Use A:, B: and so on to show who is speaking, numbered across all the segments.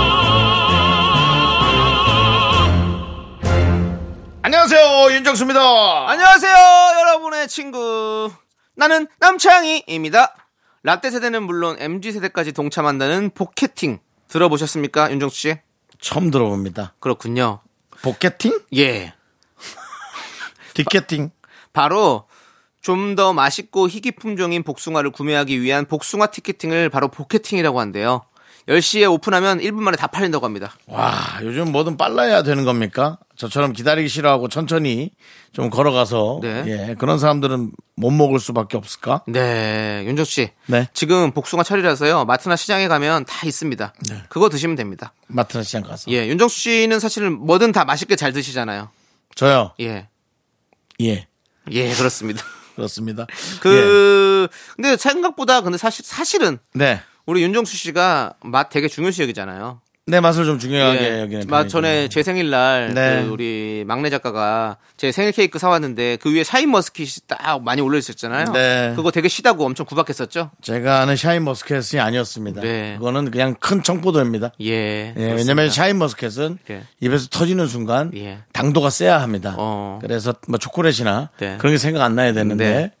A: 안녕하세요 윤정수입니다.
B: 안녕하세요, 여러분의 친구. 나는 남창희입니다. 라떼 세대는 물론 MG 세대까지 동참한다는 복캐팅 들어보셨습니까, 윤정수 씨?
A: 처음 들어봅니다.
B: 그렇군요.
A: 복캐팅?
B: 예.
A: 디캐팅?
B: 바로 좀 더 맛있고 희귀 품종인 복숭아를 구매하기 위한 복숭아 티켓팅을 바로 복캐팅이라고 한대요. 10시에 오픈하면 1분 만에 다 팔린다고 합니다.
A: 와 요즘 뭐든 빨라야 되는 겁니까? 저처럼 기다리기 싫어하고 천천히 좀 걸어가서
B: 네.
A: 예, 그런 사람들은 못 먹을 수밖에 없을까?
B: 네, 윤정 씨.
A: 네.
B: 지금 복숭아 철이라서요. 마트나 시장에 가면 다 있습니다.
A: 네.
B: 그거 드시면 됩니다.
A: 마트나 시장 가서
B: 예, 윤정수 씨는 사실 뭐든 다 맛있게 잘 드시잖아요.
A: 저요
B: 예.
A: 예
B: 예, 그렇습니다.
A: 그렇습니다.
B: 그 근데 생각보다 근데 사실 사실은
A: 예. 네.
B: 우리 윤정수 씨가 맛 되게 중요시 여기잖아요.
A: 내 맛을 좀 중요하게
B: 예.
A: 여기는
B: 맛
A: 편이죠.
B: 전에 제 생일날
A: 네.
B: 그 우리 막내 작가가 제 생일 케이크 사왔는데 그 위에 샤인 머스킷이 딱 많이 올려 있었잖아요.
A: 네.
B: 그거 되게 시다고 엄청 구박했었죠.
A: 제가 아는 샤인 머스켓이 아니었습니다.
B: 네.
A: 그거는 그냥 큰 청포도입니다.
B: 예.
A: 예,
B: 그렇습니다.
A: 왜냐면 샤인 머스켓은
B: 예.
A: 입에서 터지는 순간
B: 예.
A: 당도가 세야 합니다.
B: 어.
A: 그래서 뭐 초콜릿이나
B: 네.
A: 그런 게 생각 안 나야 되는데
B: 네.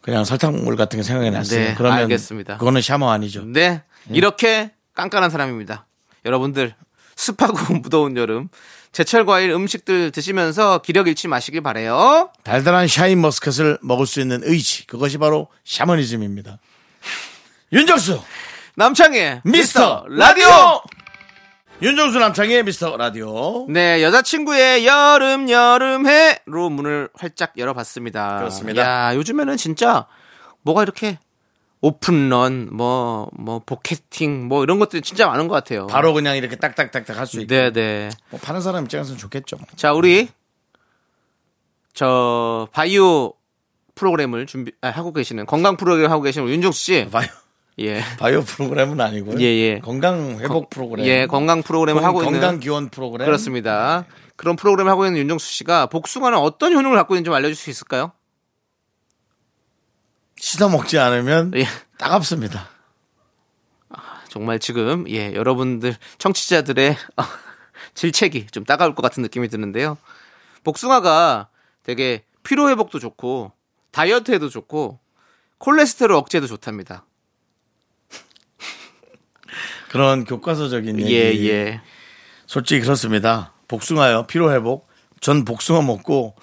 A: 그냥 설탕물 같은 게 생각이 났어요.
B: 네,
A: 그러면
B: 알겠습니다.
A: 그거는 샤머 아니죠.
B: 네.
A: 예.
B: 이렇게 깐깐한 사람입니다. 여러분들, 습하고 무더운 여름, 제철 과일 음식들 드시면서 기력 잃지 마시길 바래요.
A: 달달한 샤인 머스켓을 먹을 수 있는 의지 그것이 바로 샤머니즘입니다. 윤정수
B: 남창희의
A: 미스터 라디오 윤정수 남창의 미스터 라디오
B: 네, 여자친구의 여름 여름해로 문을 활짝 열어봤습니다.
A: 그렇습니다.
B: 야, 요즘에는 진짜 뭐가 이렇게 오픈런, 뭐, 뭐, 복캐팅, 뭐 이런 것들이 진짜 많은 것 같아요.
A: 바로 그냥 이렇게 딱딱딱딱 할 수 있고
B: 네, 네.
A: 뭐 파는 사람 입장에서는 좋겠죠. 뭐.
B: 자, 우리 저 바이오 프로그램을 준비 아, 하고 계시는 건강 프로그램 하고 계시는 우리 윤종수 씨.
A: 바이오,
B: 예.
A: 바이오 프로그램은 아니고요.
B: 예, 예.
A: 건강 회복 프로그램.
B: 예, 건강 프로그램을
A: 건-
B: 하고 있는
A: 건강 기원 프로그램.
B: 그렇습니다. 그런 프로그램을 하고 있는 윤종수 씨가 복숭아는 어떤 효능을 갖고 있는지 좀 알려 줄수 있을까요?
A: 씻어 먹지 않으면
B: 예.
A: 따갑습니다.
B: 정말 지금 예, 여러분들 청취자들의 질책이 좀 따가울 것 같은 느낌이 드는데요. 복숭아가 되게 피로 회복도 좋고 다이어트에도 좋고 콜레스테롤 억제도 좋답니다.
A: 그런 교과서적인 얘기.
B: 예, 예.
A: 솔직히 그렇습니다. 복숭아요. 피로 회복. 전 복숭아 먹고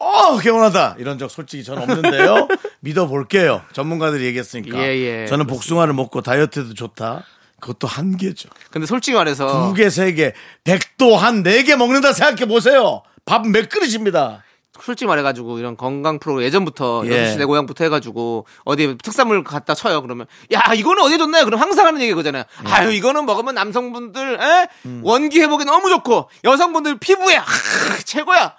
A: 어 개운하다 이런 적 솔직히 전 없는데요. 믿어볼게요. 전문가들이 얘기했으니까.
B: 예, 예.
A: 저는 복숭아를 먹고 다이어트도 좋다. 그것도 한 개죠.
B: 근데 솔직히 말해서
A: 두 개, 세 개, 백도 한 네 개 먹는다 생각해 보세요. 밥 몇 그릇입니다.
B: 솔직히 말해가지고 이런 건강 프로 예전부터
A: 예.
B: 예. 시내 고향부터 해가지고 어디 특산물 갖다 쳐요 그러면 야 이거는 어디 좋나요? 그럼 항상 하는 얘기 그잖아요.
A: 예.
B: 아유 이거는 먹으면 남성분들 에?
A: 음.
B: 원기 회복에 너무 좋고 여성분들 피부에 아, 최고야.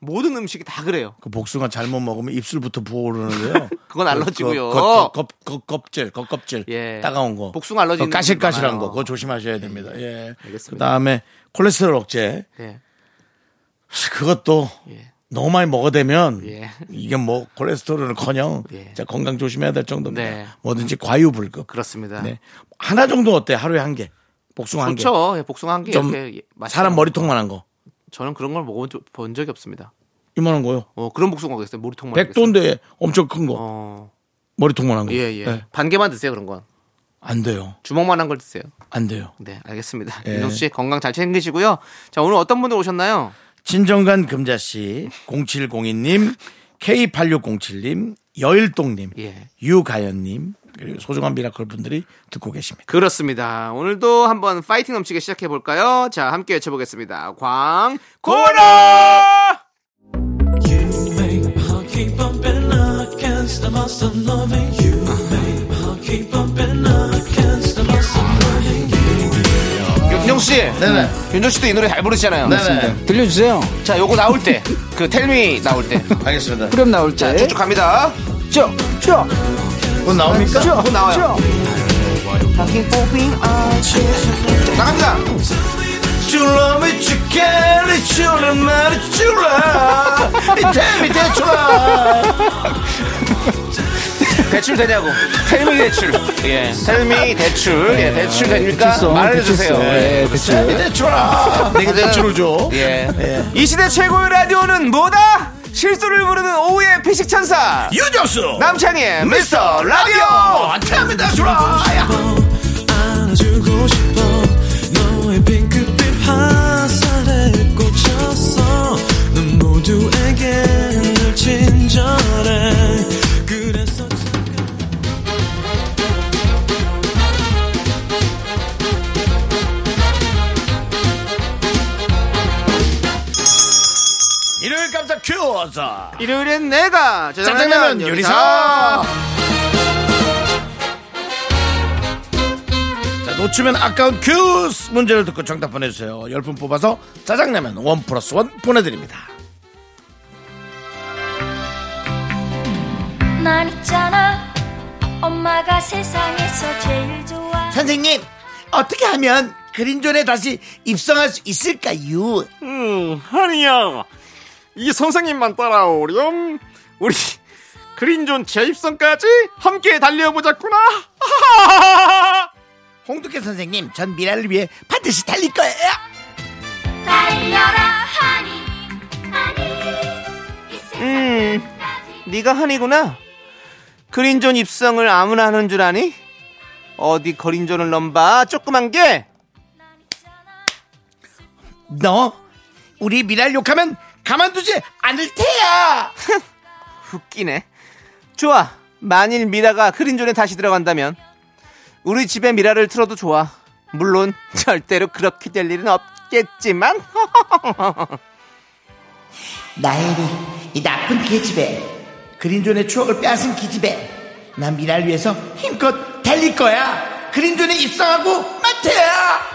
B: 모든 음식이 다 그래요.
A: 그 복숭아 잘못 먹으면 입술부터 부어오르는데요.
B: 그건 알러지고요.
A: 그, 그, 그, 그, 그, 껍질, 그 껍질.
B: 예.
A: 따가운 거.
B: 복숭아 알러지
A: 그
B: 있는
A: 까실까실한
B: 분들
A: 거.
B: 많아요.
A: 그거 조심하셔야 됩니다. 예.
B: 알겠습니다.
A: 그 다음에 콜레스테롤 억제.
B: 예.
A: 그것도
B: 예.
A: 너무 많이 먹어대면
B: 예.
A: 이게 뭐 콜레스테롤은 커녕
B: 예.
A: 진짜 건강 조심해야 될 정도입니다.
B: 네.
A: 뭐든지 과유불급.
B: 그렇습니다.
A: 네. 하나 정도 어때? 하루에 한 개. 복숭아 한 개.
B: 그렇죠. 예, 복숭아 한 개
A: 좀
B: 이렇게 맛있게
A: 사람
B: 먹-
A: 머리통만 한 거.
B: 저는 그런 걸 먹어본 적- 본 적이 없습니다.
A: 이만한 거요.
B: 어 그런 복숭아가 있어요. 모리통 말고 있어요.
A: 백도인데 엄청 큰 거.
B: 어.
A: 머리통만 한 거.
B: 예, 예.
A: 네.
B: 반 개만 드세요, 그런 건.
A: 안 돼요.
B: 주먹만 한 걸 드세요.
A: 안 돼요.
B: 네, 알겠습니다.
A: 예.
B: 윤정수 씨 건강 잘 챙기시고요. 자, 오늘 어떤 분들 오셨나요?
A: 진정관 금자씨, 0702님, K8607님, 여일동님,
B: 예.
A: 유가연님, 그리고 소중한 미라클 분들이 듣고 계십니다.
B: 그렇습니다. 오늘도 한번 파이팅 넘치게 시작해 볼까요? 자, 함께 외쳐보겠습니다. 광, 고!
A: 고라!
B: 윤정수 씨! 씨.
A: 네네.
B: 윤정 씨도 이 노래 잘 부르시잖아요.
A: 네네.
C: 들려주세요.
B: 자, 요거 나올 때. 그 텔미 나올 때.
A: 알겠습니다.
C: 후렴 나올 때.
B: 쭉쭉 갑니다.
C: 쭉, 쭉,
A: 곧 나옵니까?
C: 쭉,
B: 곧 어, 나와요.
C: 쭉.
A: 그렇죠.
B: 나갑니다.
A: 줄라 미치겠네 줄라 말이 줄라 이태미 대출라
B: 대출 되냐고. 텔미 대출. 예. 텔미 대출. 예, 대출 됩니까?
C: 대출성,
B: 말해주세요.
C: 대출성.
B: 예.
C: 예, 대출.
A: 이태미 대출라 내가 대출을 줘
B: 예. 이 시대 최고의 라디오는 뭐다? 실수를 부르는 오후의 피식 천사.
A: 유정수
B: 남창희의 미스터 라디오.
A: 이태미 대출라
D: 안아주고 싶어 너의 핑크빛 화살에 꽂혔어 넌 모두에게 늘 친절해 그래서
A: 일요일 깜짝 퀴즈
B: 일요일엔 내가
A: 짜장라면 요리사 자, 놓치면 아까운 큐스 문제를 듣고 정답 보내주세요 10분 뽑아서 짜장라면 원 플러스 원 보내드립니다
E: 난 있잖아 엄마가 세상에서 제일 좋아
A: 선생님 어떻게 하면 그린존에 다시 입성할 수 있을까요?
B: 음, 하니야. 이 선생님만 따라오렴. 우리 그린존 재입성까지 함께 달려보자꾸나.
A: 홍두깨 선생님 전 미라를 위해 반드시 달릴 거예요
E: 달려라 하니 하니 이
B: 음.
E: 세상까지
B: 네가 한이구나. 그린존 입성을 아무나 하는 줄 아니? 어디 그린존을 넘봐 조그만 게.
A: 너 우리 미라를 욕하면 가만두지 않을 테야
B: 웃기네. 좋아. 만일 미라가 그린존에 다시 들어간다면 우리 집에 미라를 틀어도 좋아. 물론 절대로 그렇게 될 일은 없겠지만.
A: 나혜리 이 나쁜 기집애 그린존의 추억을 빼앗은 기집애 난 미라를 위해서 힘껏 달릴 거야 그린존에 입성하고 마태야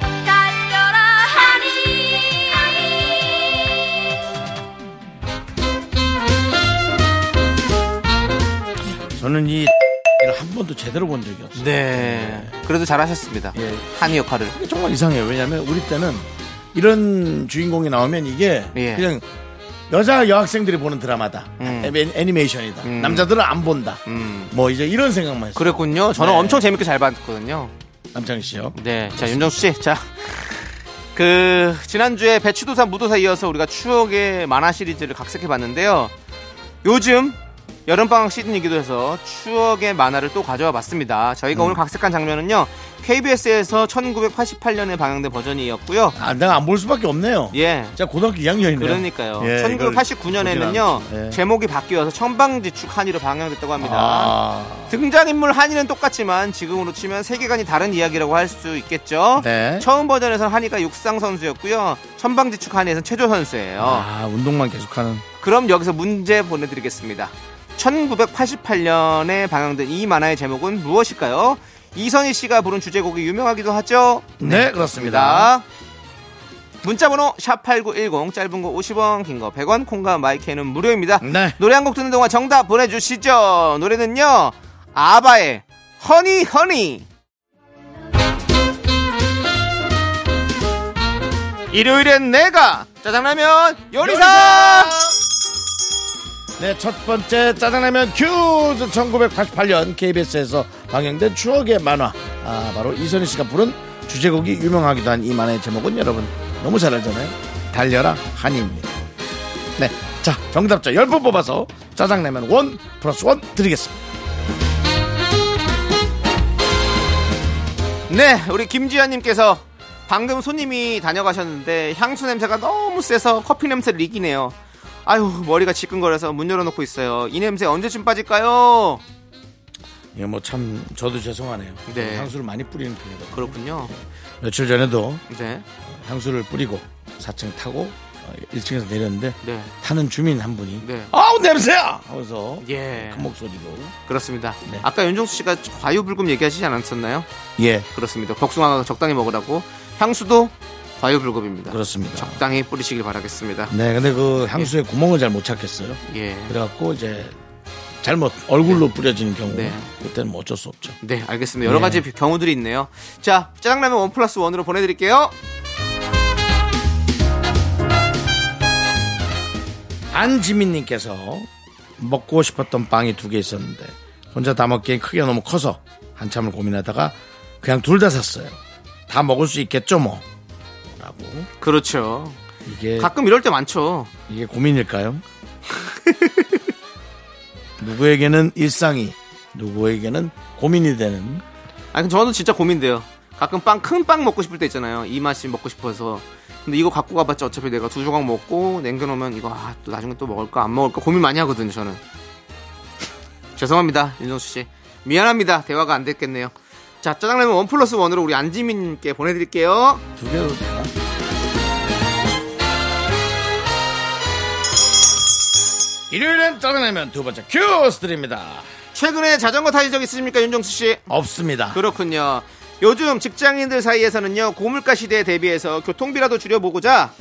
E: 달려라 하니
A: 저는 이 X를 한 번도 제대로 본 적이 없어요
B: 네. 그래도 잘하셨습니다. 한이 역할을.
A: 이게 정말 이상해요. 왜냐하면 우리 때는 이런 주인공이 나오면 이게
B: 예.
A: 그냥 여자 여학생들이 보는 드라마다. 아, 애니- 애니메이션이다. 남자들은 안 본다. 뭐 이제 이런 생각만 했어요.
B: 그랬군요. 저는
A: 네.
B: 엄청 재밌게 잘 봤거든요.
A: 남창희 씨요.
B: 네. 자, 윤정수 씨. 자. 그, 지난주에 배추도사 무도사 이어서 우리가 추억의 만화 시리즈를 각색해 봤는데요. 요즘 여름방학 시즌이기도 해서 추억의 만화를 또 가져와 봤습니다. 저희가
A: 음.
B: 오늘 각색한 장면은요. KBS에서 1988년에 방영된 버전이었고요.
A: 아, 내가 안 볼 수밖에 없네요.
B: 예.
A: 제가 고등학교 2학년이네요.
B: 그러니까요.
A: 예, 이걸 보진
B: 1989년에는요.
A: 않- 예.
B: 제목이 바뀌어서 청방지축 한의로 방영됐다고 합니다.
A: 아,
B: 등장인물 한이는 똑같지만 지금으로 치면 세계관이 다른 이야기라고 할 수 있겠죠.
A: 네.
B: 처음 버전에서는 한이가 육상 선수였고요. 천방지축 한이에서는 최조 선수예요.
A: 아, 운동만 계속하는.
B: 그럼 여기서 문제 보내드리겠습니다. 1988년에 방영된 이 만화의 제목은 무엇일까요? 이선희 씨가 부른 주제곡이 유명하기도 하죠.
A: 네, 그렇습니다.
B: 입니다. 문자번호 샵8910 짧은 거 50원 긴 거 100원 콩과 마이크는 무료입니다.
A: 네.
B: 노래 한 곡 듣는 동안 정답 보내주시죠. 노래는요 아바의 허니 허니. 일요일엔 내가 짜장라면 요리사.
A: 네, 첫 번째 짜장라면 큐즈 1988년 KBS에서 방영된 추억의 만화. 아, 바로 이선희 씨가 부른 주제곡이 유명하기도 한 이 만화의 제목은 여러분 너무 잘 알잖아요. 달려라 한입니다. 네, 자, 정답자 10분 뽑아서 짜장라면 원 플러스 원 드리겠습니다.
B: 네, 우리 김지현님께서 방금 손님이 다녀가셨는데 향수 냄새가 너무 세서 커피 냄새를 이기네요. 아유 머리가 지끈거려서 문 열어놓고 있어요. 이 냄새 언제쯤 빠질까요?
A: 예, 뭐 참 저도 죄송하네요.
B: 네.
A: 향수를 많이 뿌리는 편이거든요.
B: 그렇군요.
A: 며칠 전에도
B: 네.
A: 향수를 뿌리고 어, 4층 타고
F: 1층에서 내렸는데
B: 네.
F: 타는 주민 한 분이
B: 네.
F: 아우 냄새야 하면서
B: 예.
F: 큰 목소리로
B: 그렇습니다.
F: 네.
B: 아까 윤정수 씨가 과유불급 얘기하시지 않았었나요?
F: 예
B: 그렇습니다. 복숭아가 적당히 먹으라고 향수도 과유불급입니다.
F: 그렇습니다.
B: 적당히 뿌리시길 바라겠습니다.
F: 네 근데 그 향수에 구멍을 잘 못 찾겠어요.
B: 예.
F: 그래갖고 이제 잘못 얼굴로 뿌려지는 경우
B: 네.
F: 그때는 뭐 어쩔 수 없죠.
B: 네, 알겠습니다. 여러
F: 예.
B: 가지 경우들이 있네요. 자, 짜장라면 원 플러스 원으로 보내드릴게요.
F: 안지민님께서 먹고 싶었던 빵이 두 개 있었는데 혼자 다 먹기엔 크기가 너무 커서 한참을 고민하다가 그냥 둘 다 샀어요. 다 먹을 수 있겠죠 뭐. 라고
B: 그렇죠.
F: 이게
B: 가끔 이럴 때 많죠.
F: 이게 고민일까요? 누구에게는 일상이 누구에게는 고민이 되는
B: 아니, 저는 진짜 고민돼요. 가끔 빵, 큰 빵 먹고 싶을 때 있잖아요. 이 맛이 먹고 싶어서. 근데 이거 갖고 가봤자 어차피 내가 두 조각 먹고 남겨놓으면 이거 아, 또 나중에 또 먹을까 안 먹을까 고민 많이 하거든요, 저는. 죄송합니다, 윤정수 씨. 미안합니다. 대화가 안 됐겠네요. 자, 짜장라면 원 플러스 원으로 우리 안지민님께 보내드릴게요.
F: 두 개로 되나? 일요일엔 짜증내면 두 번째 큐스 드립니다.
B: 최근에 자전거 타신 적 있으십니까, 윤정수 씨?
F: 없습니다.
B: 그렇군요. 요즘 직장인들 사이에서는요 고물가 시대에 대비해서 교통비라도 줄여보고자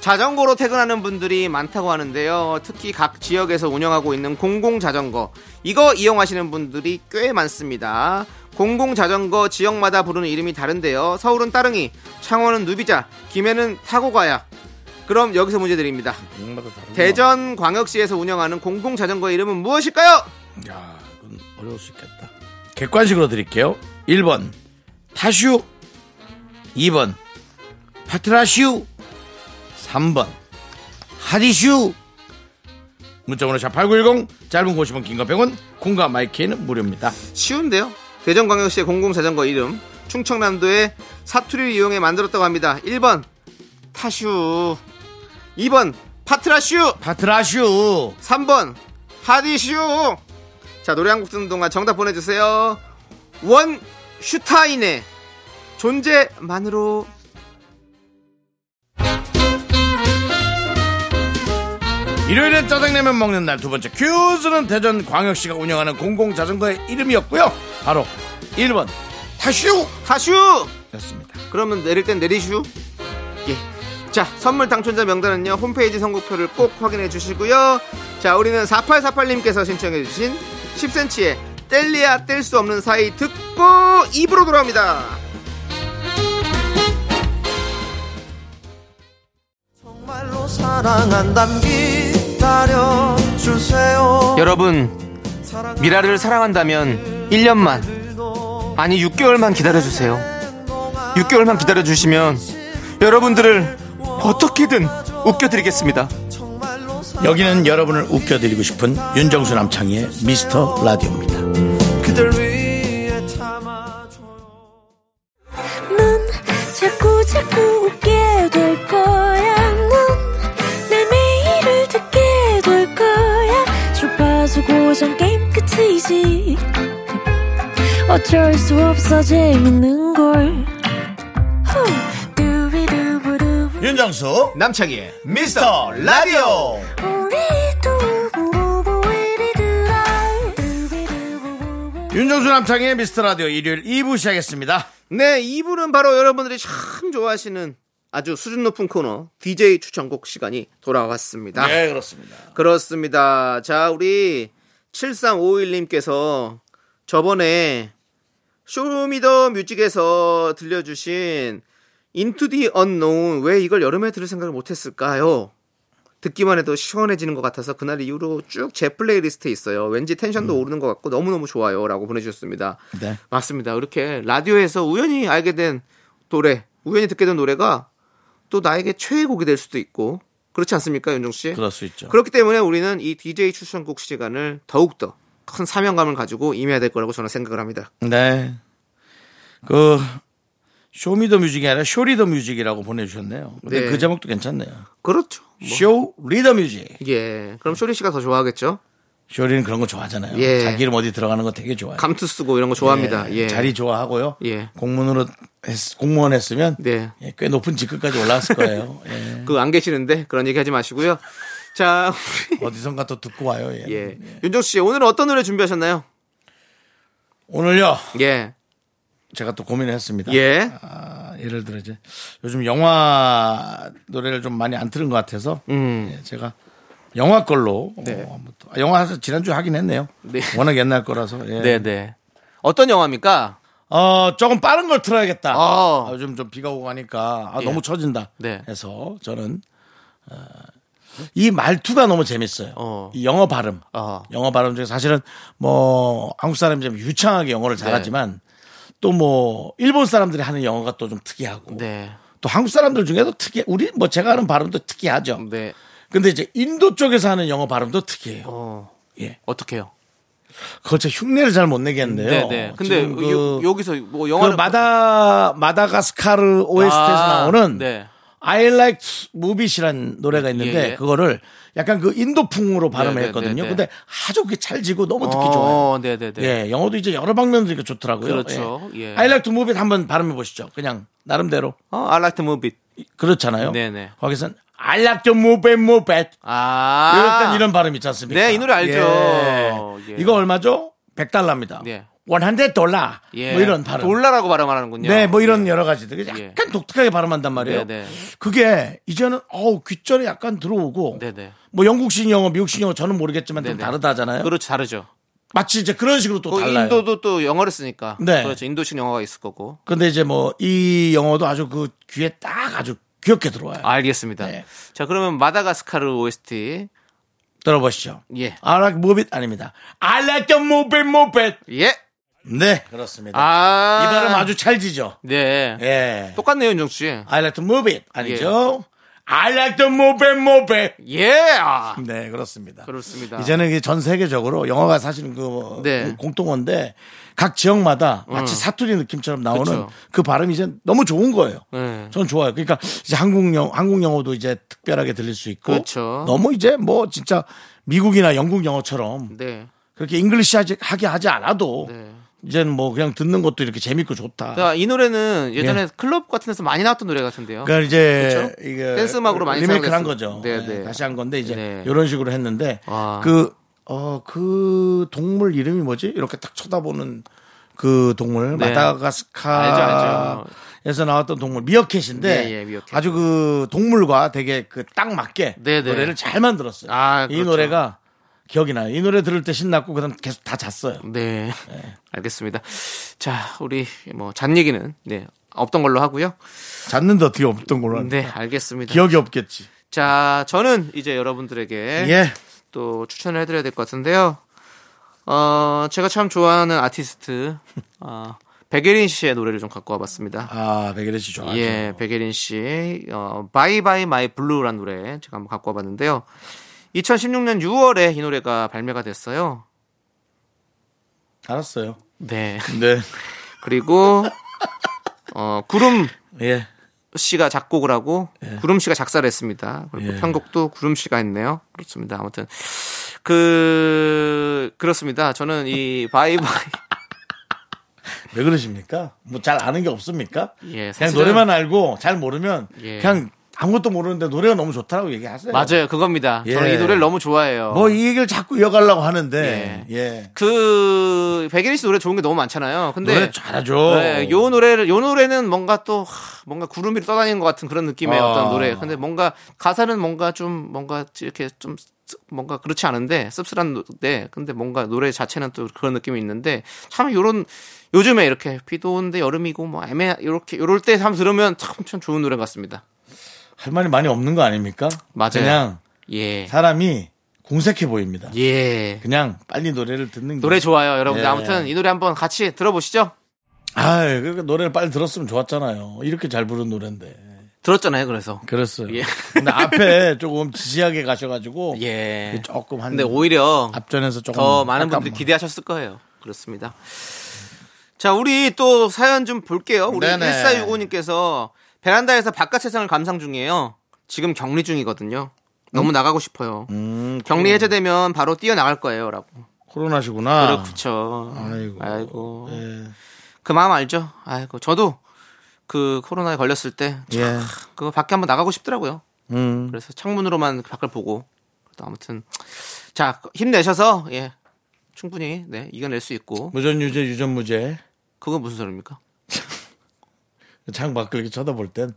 B: 자전거로 퇴근하는 분들이 많다고 하는데요. 특히 각 지역에서 운영하고 있는 공공 자전거 이거 이용하시는 분들이 꽤 많습니다. 공공 자전거 지역마다 부르는 이름이 다른데요. 서울은 따릉이, 창원은 누비자, 김해는 타고 가야. 그럼 여기서 문제 드립니다.
F: 국마다 다른
B: 대전 광역시에서 운영하는 공공 자전거 이름은 무엇일까요?
F: 거. 야, 그건 어려울 수 있겠다. 객관식으로 드릴게요. 1번 타슈 2번 파트라슈 3번 하디슈 문자번호 샵8910 짧은 50원 긴거 100원 콩과 마이키는 무료입니다.
B: 쉬운데요. 대전광역시의 공공자전거 이름 충청남도의 사투리를 이용해 만들었다고 합니다. 1번 타슈 2번 파트라슈
F: 파트라슈
B: 3번 하디슈 자 노래 한 곡 듣는 동안 정답 보내주세요. 원 슈타인의 존재만으로
F: 일요일엔 짜장라면 먹는 날 두 번째 큐즈는 대전 광역시가 운영하는 공공 자전거의 이름이었고요. 바로 1번 타슈였습니다.
B: 타슈 그러면 내릴 땐 내리슈 예. 자 선물 당첨자 명단은요 홈페이지 선곡표를 꼭 확인해 주시고요 자 우리는 4848님께서 신청해 주신 10cm의 뗄래야 뗄 수 없는 사이 듣고 입으로 돌아옵니다
D: 정말로 사랑한담 기다려 주세요.
B: 여러분 미라를 사랑한다면 1년만 아니 6개월만 기다려주세요 6개월만 기다려주시면 여러분들을 어떻게든 웃겨드리겠습니다
F: 여기는 여러분을 웃겨드리고 싶은 윤정수 남창희의 미스터 라디오입니다.
D: 그들 위해 참아줘요.
G: 넌 자꾸 자꾸 웃게 될 거야. 넌내 매일을 듣게 될 거야. 주파수 고정 게임 끝이지. 어쩔 수 없어 재밌는 걸. 후. 두비두부두.
F: 윤정수
B: 남창희의
F: 미스터 라디오
G: 우리 두부부부 우리 두라. 두비두부부부.
F: 윤정수 남창희의 미스터 라디오 일요일 2부 시작했습니다.
B: 네, 이분은 바로 여러분들이 참 좋아하시는 아주 수준 높은 코너 DJ 추천곡 시간이 돌아왔습니다.
F: 네 그렇습니다.
B: 그렇습니다. 자, 우리 7351님께서 저번에 쇼미더 뮤직에서 들려주신 인투 디 언노운 왜 이걸 여름에 들을 생각을 못했을까요? 듣기만 해도 시원해지는 것 같아서 그날 이후로 쭉 제 플레이리스트에 있어요. 왠지 텐션도 오르는 것 같고 너무너무 좋아요. 라고 보내주셨습니다.
F: 네.
B: 맞습니다. 이렇게 라디오에서 우연히 알게 된 노래, 우연히 듣게 된 노래가 또 나에게 최애곡이 될 수도 있고 그렇지 않습니까, 윤종 씨?
F: 그럴 수 있죠.
B: 그렇기 때문에 우리는 이 DJ 추천곡 시간을 더욱더 큰 사명감을 가지고 임해야 될 거라고 저는 생각을 합니다.
F: 네. 그 쇼미더 뮤직이 아니라 쇼리더 뮤직이라고 보내주셨네요. 근데
B: 네.
F: 그 제목도 괜찮네요.
B: 그렇죠.
F: 쇼 리더 뮤직.
B: 예. 그럼 쇼리 씨가 더 좋아하겠죠?
F: 쇼리는 그런 거 좋아하잖아요.
B: 예.
F: 자기 이름 어디 들어가는 거 되게 좋아해요.
B: 감투 쓰고 이런 거 좋아합니다. 예.
F: 자리 좋아하고요.
B: 예.
F: 공문으로 했- 공무원 했으면
B: 네.
F: 예, 꽤 높은 직급까지 올라왔을 거예요. 예.
B: 그 안 계시는데 그런 얘기 하지 마시고요. 자, 우리
F: 어디선가 또 듣고 와요. 예.
B: 예. 윤정수 씨, 오늘은 어떤 노래 준비하셨나요?
F: 오늘요
B: 예.
F: 제가 또 고민을 했습니다.
B: 예.
F: 아, 예를 들어 이제 요즘 영화 노래를 좀 많이 안 틀은 것 같아서
B: 음.
F: 예, 제가 영화 걸로
B: 네.
F: 어, 한번 또- 아, 영화 지난주 에 하긴 했네요.
B: 네.
F: 워낙 옛날 거라서 예.
B: 네, 네. 어떤 영화입니까?
F: 어, 조금 빠른 걸 틀어야겠다.
B: 아.
F: 아, 요즘 좀 비가 오고 하니까 아,
B: 예.
F: 너무 처진다.
B: 네.
F: 해서 저는 어, 이 말투가 너무 재밌어요.
B: 어.
F: 이 영어 발음.
B: 어.
F: 영어 발음 중에 사실은 뭐 한국 사람이 좀 유창하게 영어를
B: 네.
F: 잘하지만 또 뭐 일본 사람들이 하는 영어가 또 좀 특이하고
B: 네.
F: 또 한국 사람들 중에도 특이 우리 뭐 제가 하는 발음도 특이하죠.
B: 네.
F: 근데 이제 인도 쪽에서 하는 영어 발음도 특이해요.
B: 어.
F: 예.
B: 어떻게요?
F: 그거 제 흉내를 잘 못 내겠는데요.
B: 네, 네. 근데
F: 지금 그-
B: 요- 여기서 뭐 영화를
F: 그 마다 마다가스카르 OST에서
B: 아,
F: 나오는
B: 네.
F: I Like Movies란 노래가 있는데
B: 예, 예.
F: 그거를 약간 그
B: 네,
F: 인도풍으로
B: 네,
F: 발음했거든요.
B: 네, 네.
F: 근데 아주 그게 찰지고 너무 듣기
B: 어,
F: 좋아요.
B: 네, 네, 네.
F: 예, 영어도 이제 여러 방면으로 좋더라고요.
B: 그렇죠. 예.
F: I Like to Move It 한번 발음해 보시죠. 그냥 나름대로
B: 어, I like to move it.
F: 그렇잖아요.
B: 네, 네.
F: 거기선 I Like to Move It, Move It
B: 아.
F: 이럴 땐 이런 발음 있지 않습니까?
B: 네, 이 노래 알죠.
F: 예.
B: 예.
F: 이거 얼마죠? 100달러입니다.
B: 네.
F: 100달러.
B: 예.
F: 뭐 이런 발음.
B: 돌라라고 발음하는군요.
F: 네, 뭐 이런 여러 가지들. 약간
B: 예.
F: 독특하게 발음한단 말이에요.
B: 네, 네.
F: 그게 이제는 어우 귓절에 약간 들어오고
B: 네, 네.
F: 뭐 영국식 영어, 미국식 영어 저는 모르겠지만
B: 네,
F: 좀
B: 네.
F: 다르다잖아요.
B: 그렇죠. 다르죠.
F: 마치 이제 그런 식으로 또
B: 그
F: 달라요.
B: 인도도 또 영어를 쓰니까.
F: 네.
B: 그렇죠. 인도식 영어가 있을 거고.
F: 근데 이제 뭐 이 영어도 아주 그 귀에 딱 아주 귀엽게 들어와요.
B: 알겠습니다.
F: 네.
B: 자, 그러면 마다가스카르 OST.
F: 들어보시죠.
B: 예.
F: I like move it 아닙니다. I like to move it, move it.
B: 예.
F: 네, 그렇습니다.
B: 아.
F: 이 발음 아주 찰지죠.
B: 네.
F: 예.
B: 똑같네요, 윤정수 씨.
F: I like to move it 아니죠? I like to move it, move it.
B: 예. 아.
F: 네, 그렇습니다.
B: 그렇습니다.
F: 이제는 이게 전 세계적으로 영화가 사실은 그
B: 네. 음.
F: 그 공통어인데 각 지역마다 마치 사투리 느낌처럼 나오는
B: 그쵸.
F: 그 발음이 이제 너무 좋은 거예요.
B: 네.
F: 전 좋아요. 그러니까 이제 한국 영 한국 영어도 이제 특별하게 들릴 수 있고
B: 그렇죠.
F: 너무 이제 뭐 진짜 미국이나 영국 영어처럼
B: 네.
F: 그렇게 잉글리시 하지- 하게 하지 않아도
B: 네.
F: 이제는 뭐 그냥 듣는 것도 이렇게 재밌고 좋다.
B: 그러니까 이 노래는 예전에 클럽 같은 데서 많이 나왔던 노래 같은데요.
F: 그러니까 이제
B: 그렇죠?
F: 이게
B: 댄스 음악으로 많이
F: 리메이크를 한
B: 사용됐어요.
F: 거죠.
B: 네,
F: 네,
B: 네.
F: 다시 한 건데 이제
B: 네.
F: 이런 식으로 했는데
B: 아.
F: 그 어, 그 동물 이름이 뭐지? 이렇게 딱 쳐다보는 그 동물
B: 네. 알죠, 알죠.
F: 마다가스카에서 나왔던 동물
B: 예,
F: 미어캣인데
B: 예, 미어캣.
F: 네. 아주 그 동물과 되게 그 딱 맞게
B: 네, 네.
F: 노래를 잘 만들었어요.
B: 아,
F: 이
B: 그렇죠.
F: 노래가 기억이 나요. 이 노래 들을 때 신났고 그다음 계속 다 잤어요.
B: 네. 알겠습니다. 자, 우리 뭐 잔 얘기는 네. 없던 걸로 하고요.
F: 잤는데 어떻게 없던 걸로 하는데
B: 네, 알겠습니다.
F: 기억이 없겠지.
B: 자, 저는 이제 여러분들에게
F: 예.
B: 또 추천을 해드려야 될 것 같은데요. 어, 제가 참 좋아하는 아티스트 어, 백예린 씨의 노래를 좀 갖고 와봤습니다.
F: 아, 백일혜 씨 좋아하죠.
B: 예, 백예린 씨, 어, Bye Bye My Blue란 노래 제가 한번 갖고 와봤는데요. 2016년 6월에 이 노래가 발매가 됐어요.
F: 알았어요.
B: 네.
F: 네.
B: 그리고 어, 구름
F: 예.
B: 씨가 작곡을 하고 구름 씨가 작사를 했습니다. 그리고
F: 예.
B: 편곡도 구름 씨가 했네요. 그렇습니다. 아무튼 그 그렇습니다. 저는 이 바이바이
F: 왜 그러십니까? 뭐 잘 아는 게 없습니까?
B: 예,
F: 그냥
B: 사실은-
F: 노래만 알고 잘 모르면
B: 예.
F: 그냥 아무것도 모르는데 노래가 너무 좋다라고 얘기하세요.
B: 맞아요. 그겁니다. 저는
F: 예.
B: 이 노래를 너무 좋아해요.
F: 뭐 이 얘기를 자꾸 이어가려고 하는데 예.
B: 그 백예린 씨 노래 좋은 게 너무 많잖아요. 근데
F: 노래 잘하죠.
B: 네, 요 노래를 요 노래는 뭔가 또 하, 뭔가 구름 위로 떠다니는 것 같은 그런 느낌의
F: 아.
B: 어떤 노래. 근데 뭔가 가사는 뭔가 좀 뭔가 이렇게 좀 씁- 뭔가 그렇지 않은데 씁쓸한 노래. 근데 뭔가 노래 자체는 또 그런 느낌이 있는데 참 요런 요즘에 이렇게 비도 오는데 여름이고 뭐 애매 요렇게 요럴 때 참 들으면 참, 참 좋은 노래 같습니다.
F: 할 말이 많이 없는 거 아닙니까?
B: 맞아요.
F: 그냥
B: 예.
F: 사람이 궁색해 보입니다.
B: 예.
F: 그냥 빨리 노래를 듣는 게.
B: 노래 좋아요, 여러분들.
F: 예.
B: 아무튼 이 노래 한번 같이 들어보시죠.
F: 아, 그 노래를 빨리 들었으면 좋았잖아요. 이렇게 잘 부른 노래인데.
B: 들었잖아요, 그래서.
F: 그랬어요.
B: 예.
F: 근데 앞에 조금 지지하게 가셔가지고 그
B: 예.
F: 조금 한 아,
B: 근데 오히려
F: 앞전에서 조금
B: 더 많은
F: 약간
B: 분들이
F: 뭐-
B: 기대하셨을 거예요. 그렇습니다. 자, 우리 또 사연 좀 볼게요. 우리
F: 네네.
B: 1465님께서 베란다에서 바깥 세상을 감상 중이에요. 지금 격리 중이거든요.
F: 음?
B: 너무 나가고 싶어요. 격리 해제되면 바로 뛰어나갈 거예요. 라고.
F: 코로나시구나.
B: 그렇죠. 아이고.
F: 아. 예.
B: 그 마음 알죠? 아이고. 저도 그 코로나에 걸렸을 때 참,
F: 예.
B: 그거 밖에 한번 나가고 싶더라고요.
F: 음.
B: 그래서 창문으로만 밖을 보고 또 아무튼 자 힘내셔서 예 충분히 네 이겨낼 수 있고
F: 무전 유죄 유전 무죄
B: 그건 무슨 소리입니까?
F: 창 밖을 이렇게 쳐다볼 땐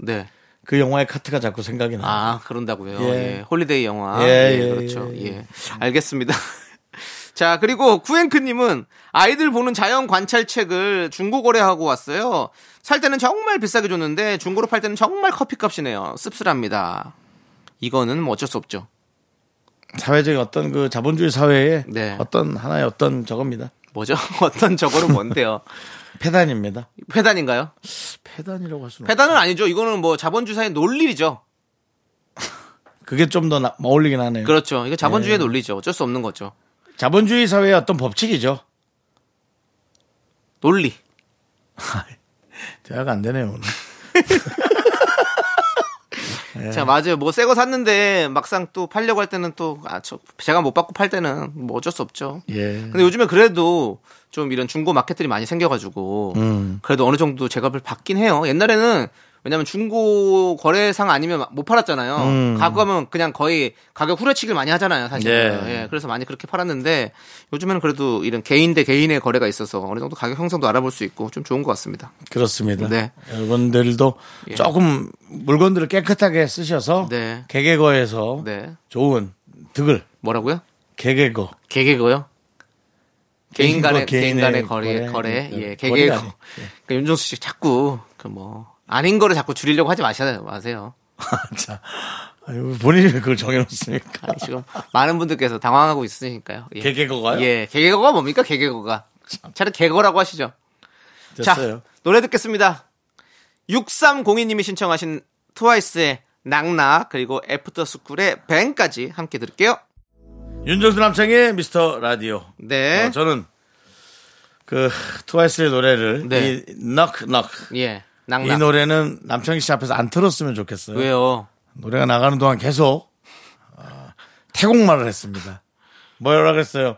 F: 그
B: 네.
F: 영화의 카트가 자꾸 생각이 나.
B: 아, 그런다고요.
F: 예.
B: 예. 홀리데이 영화.
F: 예,
B: 예,
F: 예,
B: 그렇죠.
F: 예,
B: 예. 알겠습니다. 자, 그리고 구엔크 님은 아이들 보는 자연 관찰책을 중고 거래하고 왔어요. 살 때는 정말 비싸게 줬는데 중고로 팔 때는 정말 커피값이네요. 씁쓸합니다. 이거는 뭐 어쩔 수 없죠.
F: 사회적인 어떤 그 자본주의 사회의
B: 네.
F: 어떤 하나의 어떤 저겁니다.
B: 뭐죠? 어떤 저거는 뭔데요?
F: 폐단입니다.
B: 회단인가요?
F: 그렇죠. 폐단이라고 할 수는. 없-
B: 회단은 아니죠. 이거는 뭐 자본주의사의 논리죠.
F: 그게 좀 더 어울리긴 하네요.
B: 그렇죠. 이거 자본주의의 논리죠. 어쩔 수 없는 거죠.
F: 자본주의 사회의 어떤 법칙이죠.
B: 논리.
F: 대화가 안 되네요. 오늘.
B: 자 맞아요. 뭐 새 거 샀는데 막상 또 팔려고 할 때는 또 아, 저 제가 못 받고 팔 때는 뭐 어쩔 수 없죠.
F: 예.
B: 근데 요즘에 그래도 좀 이런 중고 마켓들이 많이 생겨가지고 그래도 어느 정도 제값을 받긴 해요. 옛날에는 왜냐면 중고 거래상 아니면 못 팔았잖아요. 가고 하면 그냥 거의 가격 후려치기를 많이 하잖아요, 사실.
F: 예.
B: 예. 그래서 많이 그렇게 팔았는데 요즘에는 그래도 이런 개인 대 개인의 거래가 있어서 어느 정도 가격 형성도 알아볼 수 있고 좀 좋은 것 같습니다.
F: 그렇습니다.
B: 네.
F: 여러분들도 조금 물건들을 깨끗하게 쓰셔서
B: 네.
F: 개개거에서
B: 네.
F: 좋은 득을
B: 뭐라고요?
F: 개개거
B: 개개고요. 개인 간의 개인
F: 개인의
B: 간의 거래 거래 예
F: 거래, 네, 거래가 예.
B: 개개고
F: 아니-
B: 그러니까 윤종수 씨 자꾸 그 뭐 아닌 거를 자꾸 줄이려고 하지 마셔요 마세요
F: 자, 아유, 본인이 왜 그걸 정해놓습니까?
B: 아니, 지금 많은 분들께서 당황하고 있으니까요 예.
F: 개개거가요?
B: 예 개개거가 뭡니까 개개거가 차라리 개거라고 하시죠
F: 됐어요.
B: 자 노래 듣겠습니다 6302님이 신청하신 트와이스의 낙낙 그리고 애프터스쿨의 뱅까지 함께 들을게요
F: 윤정수 남창의 미스터 라디오.
B: 네
F: 어, 저는 그 트와이스의 노래를
B: 네.
F: 이 넉넉
B: 예,
F: 이
B: 낙낙
F: 노래는 남창희 씨 앞에서 안 틀었으면 좋겠어요.
B: 왜요
F: 노래가 나가는 동안 계속 어, 태국말을 했습니다. 뭐라 그랬어요?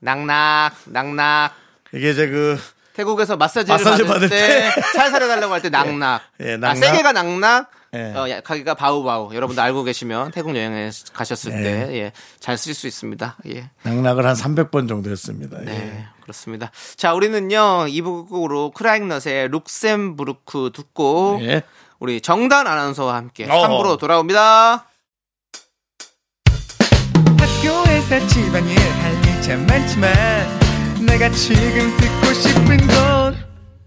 B: 낙낙 낙낙
F: 이게 이제 그
B: 태국에서 마사지를
F: 마사지 받을
B: 받을 때
F: 때.
B: 살살 해달라고 할 때 낙낙.
F: 예,
B: 아,
F: 낙낙.
B: 세게가 낙낙.
F: 예.
B: 어, 약하기가 바우바우. 여러분들 알고 계시면 태국 여행에 가셨을 때, 예, 잘 쓰실 수 있습니다. 예.
F: 낙낙을 한 300번 정도 했습니다.
B: 네,
F: 예.
B: 그렇습니다. 자, 우리는요, 이부곡으로 크라잉넛의 룩셈부르크 듣고,
F: 예.
B: 우리 정단 아나운서와 함께
F: 어.
B: 3부로 돌아옵니다.
D: 학교에서 집안일 할 일 참 많지만 내가 지금 듣고 싶은 건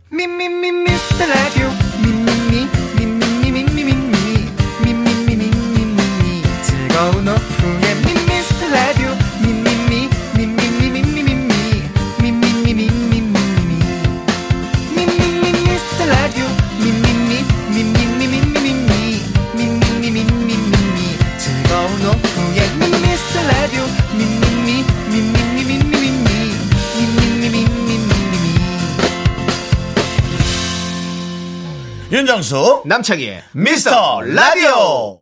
D: 미미미 미스터 라디오 미미미 미미미 미미미 미미미 미미미 미미미 즐거운 오후에 미미스터 라디오 미미미 미미미 미미미 미미미 미미미 미미미
F: 윤정수
B: 남창희의
F: 미스터 라디오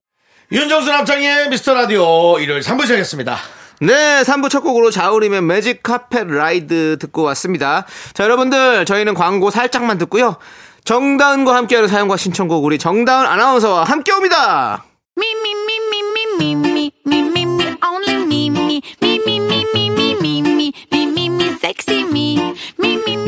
F: 윤정수 남창희의 미스터 라디오 일요일 3부 시작했습니다.
B: 네, 3부 첫 곡으로 자우림의 매직 카펫 라이드 듣고 왔습니다. 자, 여러분들, 저희는 광고 살짝만 듣고요. 정다은과 함께하는 사연과 신청곡 우리 정다은 아나운서와 함께 옵니다.
G: Me, me, me, me, me, me, me, me, me, me, only me, me, me, me, me, me, me, me, me, me, me, me, sexy me, me, me, me.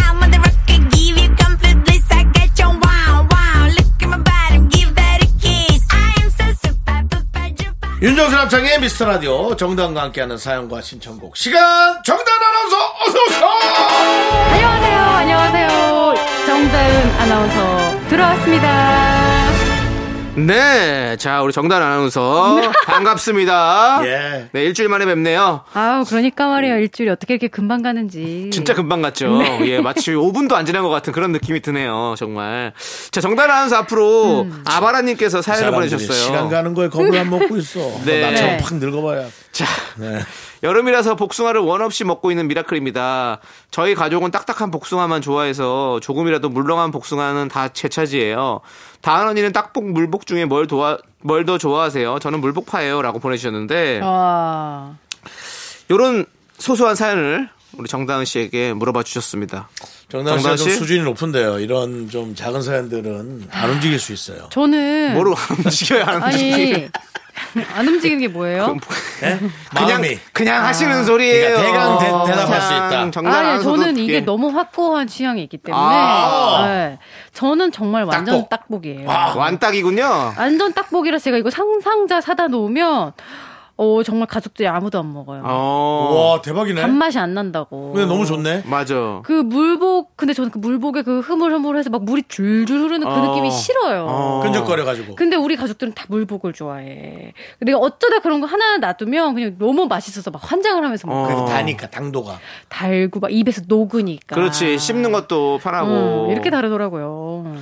G: on the rock and give you complete bliss. I got your wow, wow. Look at my bottom, give that a kiss. I am so super, super, duper.
F: 윤정수 남창의 미스터 라디오 정당과 함께하는 사연과 신청곡 시간 정당 아나운서 어서 오세요.
H: 안녕하세요. 안녕하세요. 정다은 아나운서 들어왔습니다.
B: 네, 자 우리 정단 아나운서 반갑습니다.
D: 예.
B: 네, 일주일 만에 뵙네요.
G: 아우 그러니까 말이에요 일주일이 어떻게 이렇게 금방 가는지
B: 진짜 금방 갔죠. 예, 마치 5분도 안 지난 것 같은 그런 느낌이 드네요. 정말. 자, 정단 아나운서 앞으로 아바라님께서 사연을
D: 사람들이
B: 보내주셨어요.
D: 시간 가는 거에 겁을 안 먹고 있어.
B: 네.
D: 나처럼 팍 늙어봐야.
B: 자,
D: 네.
B: 여름이라서 복숭아를 원 없이 먹고 있는 미라클입니다. 저희 가족은 딱딱한 복숭아만 좋아해서 조금이라도 물렁한 복숭아는 다 제 차지예요. 다은 언니는 딱복 물복 중에 뭘 도와 뭘 더 좋아하세요? 저는 물복파예요라고 보내주셨는데
G: 와
B: 요런 소소한 사연을 우리 정다은 씨에게 물어봐 주셨습니다.
D: 정당 씨가
B: 정다은
D: 좀
B: 씨?
D: 수준이 높은데요. 이런 좀 작은 사연들은 안 움직일 수 있어요.
G: 저는
B: 뭐로 움직여야 하는지
G: 네. 아니 안 움직이는 게 뭐예요?
D: 네?
B: 그냥
D: 마음이.
B: 그냥 하시는 소리예요.
D: 그러니까 대강 대- 대답할 수 있다.
B: 그냥 정다은
G: 아, 예,
B: 아나운서도
G: 저는 이게
B: 어떻게-
G: 너무 확고한 취향이 있기 때문에
B: 아.
G: 예. 저는 정말 완전
D: 딱복.
G: 딱복. 이에요
B: 완딱이군요.
G: 완전 딱복이라 제가 이거 상상자 사다 놓으면 어 정말 가족들이 아무도 안 먹어요.
B: 어,
D: 와 대박이네.
G: 단맛이 안 난다고.
D: 근데 너무 좋네.
B: 맞아.
G: 그 물복 근데 저는 그 물복에 그 흐물흐물해서 막 물이 줄줄 흐르는 그
B: 어.
G: 느낌이 싫어요.
B: 어.
D: 끈적거려가지고.
G: 근데 그 우리 가족들은 다 물복을 좋아해. 근데 어쩌다 그런 거 하나 놔두면 그냥 너무 맛있어서 막 환장을 하면서 먹
B: 어.
D: 그래도 다니까 당도가.
G: 달고 막 입에서 녹으니까.
B: 그렇지 씹는 것도 편하고
G: 음, 이렇게 다르더라고요.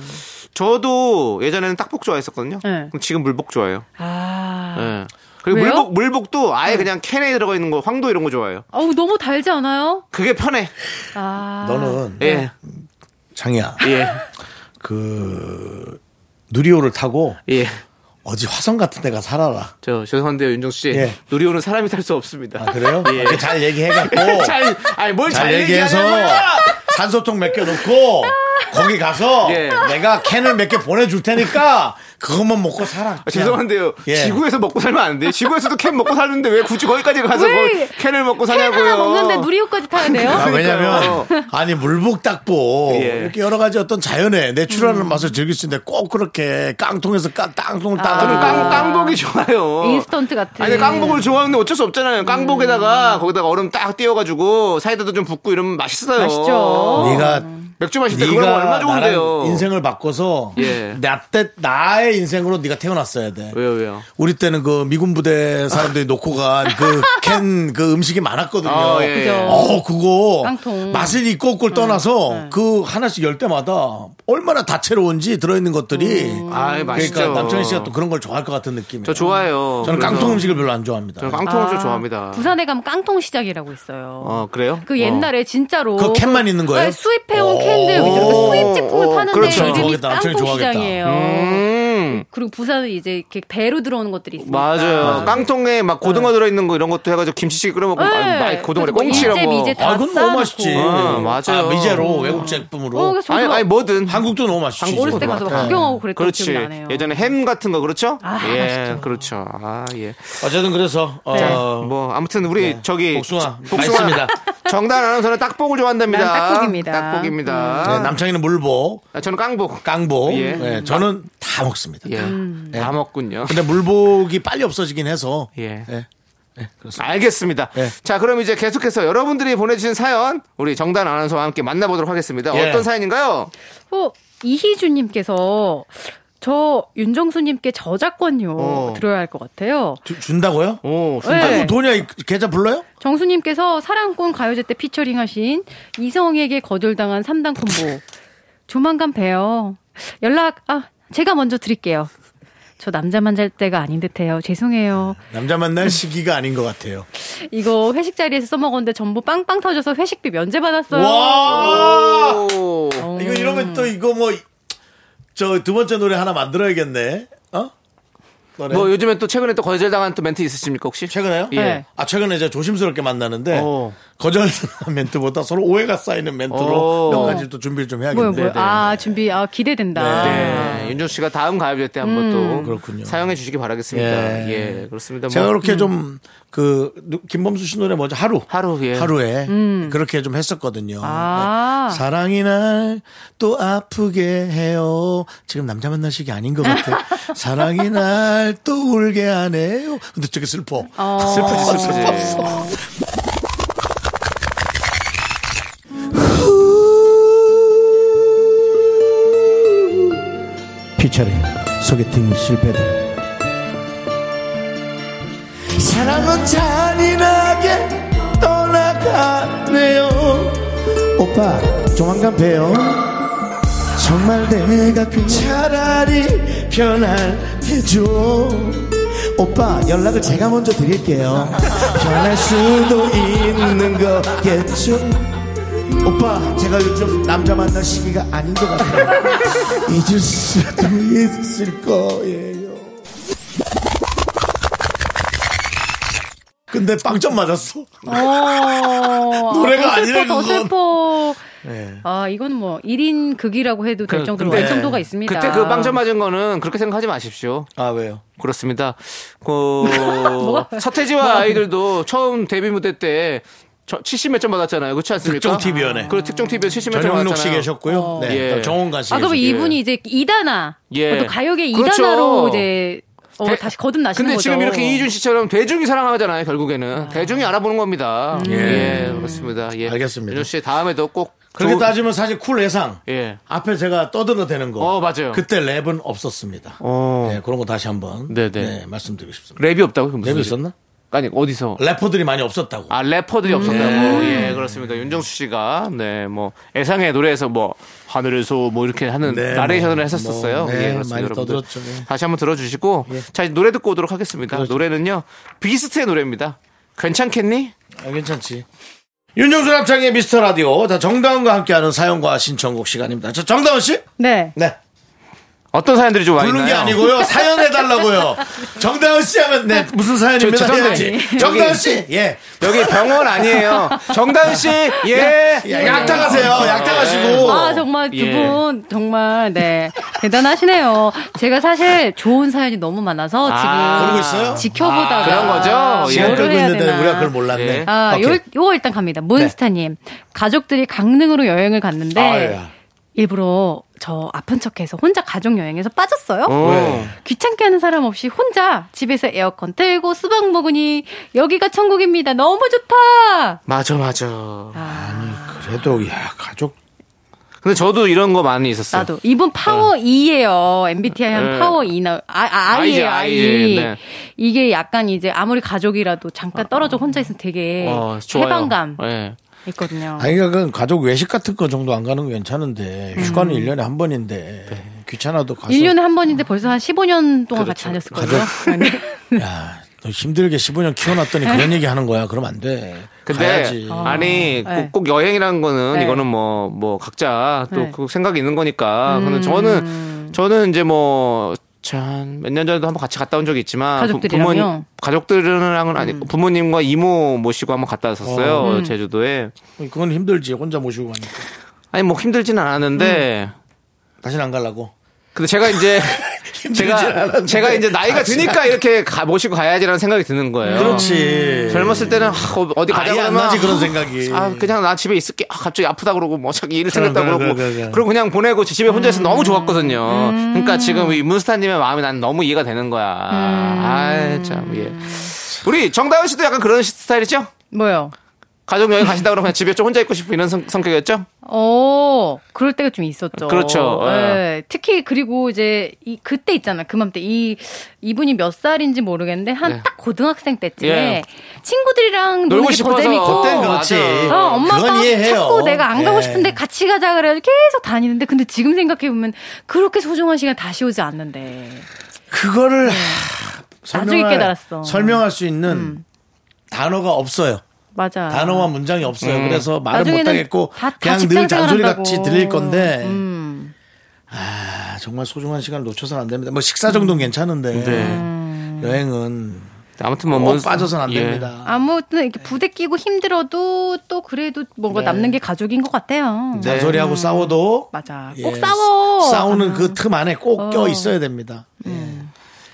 B: 저도 예전에는 딱복 좋아했었거든요.
G: 네.
B: 그럼 지금 물복 좋아해요.
G: 아,
B: 예. 그리고
G: 왜요? 네.
B: 물복 물복도 아예 그냥 캔에 들어가 있는 거 황도 이런 거 좋아해요.
G: 어우 너무 달지 않아요?
B: 그게 편해.
G: 아,
D: 너는
B: 예.
D: 장이야.
B: 예.
D: 그 누리호를 타고
B: 예.
D: 어디 화성 같은 데가 살아라.
B: 저 죄송한데요, 윤정수 씨.
D: 예.
B: 누리호는 사람이 살 수 없습니다.
D: 아, 그래요?
B: 예.
D: 이렇게 잘 얘기해갖고
B: 잘 아니 뭘 잘
D: 잘 얘기해서
B: 얘기해서
D: 산소통 몇 개 넣고 거기 가서
B: 예.
D: 내가 캔을 몇 개 보내줄 테니까 그것만 먹고 살아.
B: 아, 죄송한데요.
D: 예.
B: 지구에서 먹고 살면 안 돼요. 지구에서도 캔 먹고 사는데 왜 굳이 거기까지 가서
G: 왜?
B: 거기 캔을 먹고
G: 캔
B: 사냐고요.
G: 하나 먹는데 누리호까지 타야 돼요?
D: 아,
B: 그러니까요. 어.
D: 왜냐면 아니 물복닭보
B: 예. 음.
D: 이렇게 여러 가지 어떤 자연의 내추럴한 맛을 즐길 수 있는데 꼭 그렇게 깡통에서 깡,
B: 저는
D: 깡통을 따가지고
B: 깡, 깡복이 좋아요.
G: 아. 인스턴트 같은.
B: 어. 아니, 근데 깡복을 좋아하는데 어쩔 수 없잖아요. 깡복에다가 거기다가 얼음 딱 띄워가지고 사이다도 좀 붓고 이러면 맛있어요.
G: 맛있죠.
D: 네가
B: 맥주 마실 때 그거
D: 네가
B: 얼마 좋은데요.
D: 나랑 인생을 바꿔서
B: 예.
D: 나 때 나의 인생으로 네가 태어났어야 돼.
B: 왜요, 왜요?
D: 우리 때는 그 미군 부대 사람들이 놓고 간 그 캔 그 음식이 많았거든요.
B: 아, 예.
G: 그죠.
D: 어, 그거
G: 깡통.
D: 맛을 있고
G: 네.
D: 없고를 떠나서 그 하나씩 열 때마다 얼마나 다채로운지 들어있는 것들이
G: 음.
B: 아이, 맛있죠.
D: 그러니까 남창희 씨가 또 그런 걸 좋아할 것 같은 느낌이에요.
B: 저 좋아해요.
D: 저는
B: 그래서-
D: 깡통 음식을 별로 안 좋아합니다.
B: 저는 깡통을 좀
G: 아,
B: 좋아합니다.
G: 부산에 가면 깡통 시장이라고 있어요.
B: 어, 그래요?
G: 그 옛날에 진짜로
D: 그 캔만 있는 거예요?
G: 네, 수입해온 캔들 위주로 그 수입 제품을
B: 오,
G: 파는데
B: 어. 그렇죠.
G: 요즘이
D: 좋아하겠다. 엄청
G: 깡통
D: 좋아하겠다.
G: 시장이에요.
B: 음.
G: 그리고 부산은 이제 이렇게 배로 들어오는 것들이 있어요.
B: 맞아요. 깡통에 막 고등어 들어있는 거 이런 것도 해가지고 김치찌개 끓여 먹고,
G: 네.
B: 아니, 아이, 고등어래, 뭐. 꽁치라고.
G: 뭐 이제 미제 다
D: 아, 그건 너무
G: 쌓아놓고.
D: 맛있지.
B: 아, 맞아요.
D: 아, 미제로 외국
G: 어, 아,
D: 제품으로
G: 그래서
B: 아니,
G: 저도
B: 아니, 뭐든.
D: 한국도 너무 맛있지.
G: 어렸을 때 가서 막 구경하고 그랬던 기억이
B: 그렇지.
G: 나네요.
B: 예전에 햄 같은 거, 그렇죠?
G: 아,
B: 예,
G: 맛있죠.
B: 그렇죠. 아, 예.
D: 어쨌든 그래서 어, 예.
B: 뭐 아무튼 우리 저기
D: 복숭아
B: 복숭아
D: 맛있습니다.
B: 정단 아나운서는 딱복을 좋아한답니다.
G: 난 딱복입니다. 음.
B: 딱복입니다.
D: 네, 남창희는 물복,
B: 아, 저는 깡복.
D: 깡복.
B: 예.
D: 네, 저는 다 먹습니다.
B: 예.
G: 음.
B: 다 먹군요.
D: 근데 물복이 빨리 없어지긴 해서
B: 예.
D: 예.
B: 알겠습니다.
D: 예.
B: 자, 그럼 이제 계속해서 여러분들이 보내주신 사연 우리 정단 아나운서와 함께 만나보도록 하겠습니다.
D: 예.
B: 어떤 사연인가요?
G: 어, 이희준님께서 저 윤정수님께 저작권료
B: 어. 뭐
G: 들어야 할 것 같아요.
D: 주- 준다고요?
B: 오,
G: 네.
D: 아이고 돈이야 이- 계좌 불러요?
G: 정수님께서 사랑꾼 가요제 때 피처링하신 이성에게 거절당한 3단 콤보. 조만간 봬요. 연락, 아, 제가 먼저 드릴게요. 저 남자만 잘 때가 아닌 듯해요. 죄송해요.
D: 남자 만날 시기가 아닌 것 같아요.
G: 이거 회식 자리에서 써먹었는데 전부 빵빵 터져서 회식비 면제받았어요.
D: 와
B: 오.
D: 이거 이러면 또 이거 뭐 저 두 번째 노래 하나 만들어야겠네. 어? 노래.
B: 뭐 요즘에 또 최근에 또 거절당한 또 멘트 있으십니까 혹시?
D: 네. 최근에요?
B: 예.
G: 네.
D: 아 최근에 제가 조심스럽게 만나는데
B: 어.
D: 거절 멘트보다 서로 오해가 쌓이는 멘트로
B: 어.
D: 몇 가지 또 준비를 좀
G: 뭐요,
D: 해야겠는데.
G: 뭐요.
F: 네.
G: 아, 준비, 아, 기대된다.
B: 네, 윤종 씨가 다음 가요제 때 한번 또
D: 그렇군요.
B: 사용해 주시기 바라겠습니다.
D: 예.
B: 예, 그렇습니다.
D: 제가
B: 뭐.
D: 그렇게 좀 그 김범수 씨 노래 먼저 하루
B: 하루, 예.
D: 에 그렇게 좀 했었거든요.
G: 음. 아.
D: 네. 사랑이 날 또 아프게 해요. 지금 남자 만날 시기 아닌 것 같아. 사랑이 날 또 울게 하네요. 근데 되게 슬퍼.
B: 슬퍼지, 슬퍼지.
D: 피처링 소개팅 실패들
I: 사랑은 잔인하게
D: 떠나가네요 오빠 조만간 봬요 정말 내가 그 차라리 편할해줘 오빠 연락을 제가 먼저 드릴게요 변할 수도 있는 거겠죠 오빠 제가 요즘 남자 만날 시기가 아닌 것 같아요 잊을 수도 있을 거예요
F: 근데 빵점 맞았어.
G: 어,
F: 노래가
G: 더 슬퍼,
F: 아니라는
G: 더
F: 건.
G: 슬퍼. 아, 이건 뭐 1인 극이라고 해도 될
B: 그,
G: 정도로
B: 근데
G: 완성도가 있습니다.
B: 그때 그 빵점 맞은 거는 그렇게 생각하지 마십시오.
F: 아 왜요?
B: 그렇습니다. 그 서태지와 아이들도 처음 데뷔 무대 때 70 몇 점 받았잖아요. 그렇지 않습니까?
F: 특종 TV 연예.
B: 그 특정 TV에 70 몇 점 받았잖아요.
F: 전영록 씨 계셨고요.
G: 어.
F: 네.
B: 예.
F: 또 정원가 씨.
G: 아, 그러면
F: 계셨고요.
G: 이분이 이제 2단화.
B: 예.
G: 또 가요계
B: 그렇죠.
G: 2단화로 이제 어,
B: 대-
G: 다시 거듭나시는
B: 근데
G: 거죠.
B: 지금 이렇게 이준 씨처럼 대중이 사랑하잖아요. 결국에는 대중이 알아보는 겁니다.
G: 음.
B: 예. 그렇습니다. 예.
F: 알겠습니다.
B: 이준 씨 다음에도 꼭
F: 그렇게
B: 좋은-
F: 따지면 사실 쿨 해상
B: 예.
F: 앞에 제가 떠들어대는 거.
B: 어, 맞아요.
F: 그때 랩은 없었습니다.
B: 어.
F: 네, 그런 거 다시 한번
B: 네네.
F: 네, 말씀드리고 싶습니다.
B: 랩이 없다고 무슨
F: 랩이
B: 소리-
F: 있었나?
B: 아니 어디서?
F: 래퍼들이 많이 없었다고.
B: 아 래퍼들이 없었다고
F: 네.
B: 예 그렇습니다 윤정수 씨가 네 뭐 애상의 노래에서 뭐 하늘에서 뭐 이렇게 하는
F: 네,
B: 나레이션을
F: 뭐,
B: 했었었어요
F: 뭐,
B: 예
F: 네,
B: 그렇습니다
F: 많이
B: 여러분들.
F: 떠들었죠, 예. 그렇죠.
B: 다시 한번 들어주시고 자 이제 노래 듣고 오도록 하겠습니다 노래는요 비스트의 노래입니다 괜찮겠니
F: 아, 괜찮지. 윤정수 남창의 미스터 라디오. 자, 정다은과 함께하는 사연과 신청곡 시간입니다. 저 정다은 씨?
G: 네.
F: 네.
B: 어떤 사연들이 좀
F: 부른 게
B: 와있나요
F: 아니고요. 사연해달라고요. 정다은 씨 하면, 네, 무슨
B: 저,
F: 사연입니다.
B: 저 정다은
F: 해야지.
B: 씨.
F: 정다은
B: 여기-
F: 씨? 예.
B: 여기 병원 아니에요 정다은 씨예 아,
F: 야, 약탕하세요. 약탕하시고.
G: 아, 정말
B: 예.
G: 두 분 정말 네. 대단하시네요. 제가 사실 좋은 사연이 너무 많아서 지금
B: 아,
F: 그러고 있어요?
G: 지켜보다가
B: 아, 그런 거죠? 예.
F: 시간
G: 뭘
F: 끌고
G: 해야
F: 있는데
G: 되나.
F: 우리가 그걸 몰랐네.
B: 예.
G: 아,
F: 오케이.
G: 요, 요거 일단
B: 네.
G: 갑니다. 몬스타님. 가족들이 강릉으로 여행을 갔는데,
B: 예.
F: 아야.
G: 일부러 저 아픈 척해서 혼자 가족 여행에서 빠졌어요.
B: 어.
G: 귀찮게 하는 사람 없이 혼자 집에서 에어컨 틀고 수박 먹으니 여기가 천국입니다. 너무 좋다.
B: 맞아 맞아
F: 그래도, 야, 가족.
B: 근데 저도 이런 거 많이 있었어요
G: 나도 이분 파워 2예요. MBTI 한
B: 네.
G: 파워 2나 아, 아
B: 아이죠,
G: 아이예요. 아이.
B: 아이. 네.
G: 이게 약간 이제 아무리 가족이라도 잠깐 떨어져 혼자 있으면 되게
B: 어, 좋아요.
G: 해방감
B: 예.
G: 있거든요.
F: 아니, 그러니까 그건 가족 외식 같은 거 정도 안 가는 건 괜찮은데,
G: 음.
F: 휴가는 1년에 한 번인데, 예. 귀찮아도 가서.
G: 1년에 한 번인데 벌써 한 15년 동안 같이
F: 그렇죠.
G: 다녔을 거예요.
F: 야, 아, 너 힘들게 15년 키워놨더니 그런 얘기 하는 거야. 그럼 안 돼.
B: 근데
F: 가야지.
B: 아니
G: 네.
B: 꼭, 꼭 여행이라는 거는
G: 네.
B: 이거는 뭐 뭐 각자 또
G: 네.
B: 그 생각이 있는 거니까. 근데 저는 저는 이제 뭐몇년 전에도 한번 같이 갔다 온 적이 있지만 부-
G: 가족들이랑요?
B: 부모님 가족들이랑은 아니 고 부모님과 이모 모시고 한번 갔다 왔었어요 제주도에.
F: 그건 힘들지. 혼자 모시고 가니까.
B: 아니 뭐 힘들진 않았는데.
F: 음. 다시는 안 가려고.
B: 근데 제가 이제 제가
F: 않았는데. 아,
B: 제가 이제 나이가 드니까 이렇게 가, 모시고 가야지라는 생각이 드는 거예요.
F: 그렇지.
B: 젊었을 때는 아, 어- 어디 가자
F: 아예 안
B: 그러면
F: 나지
B: 아,
F: 그런 생각이.
B: 아 그냥 나 집에 있을게 아, 갑자기 아프다 그러고 뭐 자기 일
F: 그럼,
B: 생겼다
F: 그럼,
B: 그러고
F: 그럼,
B: 그럼,
F: 그럼, 음.
B: 그
F: 그럼.
B: 냥 보내고 집에 혼자 있어 서 너무 좋았거든요 그러니까 지금 이 문스타님의 마음이 난 너무 이해가 되는 거야
F: 음.
B: 아참예 우리 정다은 씨도 약간 그런 시- 스타일이죠
G: 뭐요?
B: 가족 여행 가신다 그러면 그냥 집에 좀 혼자 있고 싶은 이런 성, 격이었죠
G: 어, 그럴 때가 좀 있었죠.
B: 그렇죠.
F: 어.
G: 예.
B: 예.
G: 특히 그리고 이제 이 그때 있잖아. 그맘때 이 이분이 몇 살인지 모르겠는데 한
F: 예.
B: 네.
G: 딱 고등학생 때쯤에
B: 예.
G: 친구들이랑 노는
B: 놀고
G: 게 더
B: 싶어서
G: 재밌고
B: 그땐
F: 그렇지.
G: 어,
B: 맞아.
G: 엄마
F: 그건
G: 아빠
F: 이해해요.
G: 자꾸 내가 안 가고
F: 예.
G: 싶은데 같이 가자 그래 계속 다니는데 근데 지금 생각해 보면 그렇게 소중한 시간 다시 오지 않는데 예.
F: 그거를 설명할-
G: 나중에 깨달았어.
F: 설명할 수 있는
G: 음.
F: 단어가 없어요.
G: 맞아
F: 단어와 문장이 없어요. 그래서 말을
G: 음. 나중에는
F: 못하겠고
G: 다- 다
F: 그냥
G: 직장
F: 늘 잔소리
G: 생활한다고.
F: 같이 들릴 건데
G: 음.
F: 아, 정말 소중한 시간을 놓쳐서는 안 됩니다. 뭐 식사 정도는 괜찮은데
G: 음. 네.
F: 여행은
B: 아무튼 뭐
F: 꼭
B: 몬스-
F: 어, 빠져서는 안
B: 예.
F: 됩니다.
G: 아무튼
F: 네.
G: 이렇게 부대끼고 힘들어도 또 그래도 뭔가 남는 게 가족인 것 같아요.
F: 네. 잔소리하고 싸워도
G: 음. 맞아.
F: 예,
G: 꼭 싸워. 음.
F: 싸우는 그 틈 안에 꼭 껴 있어야 됩니다.
G: 네.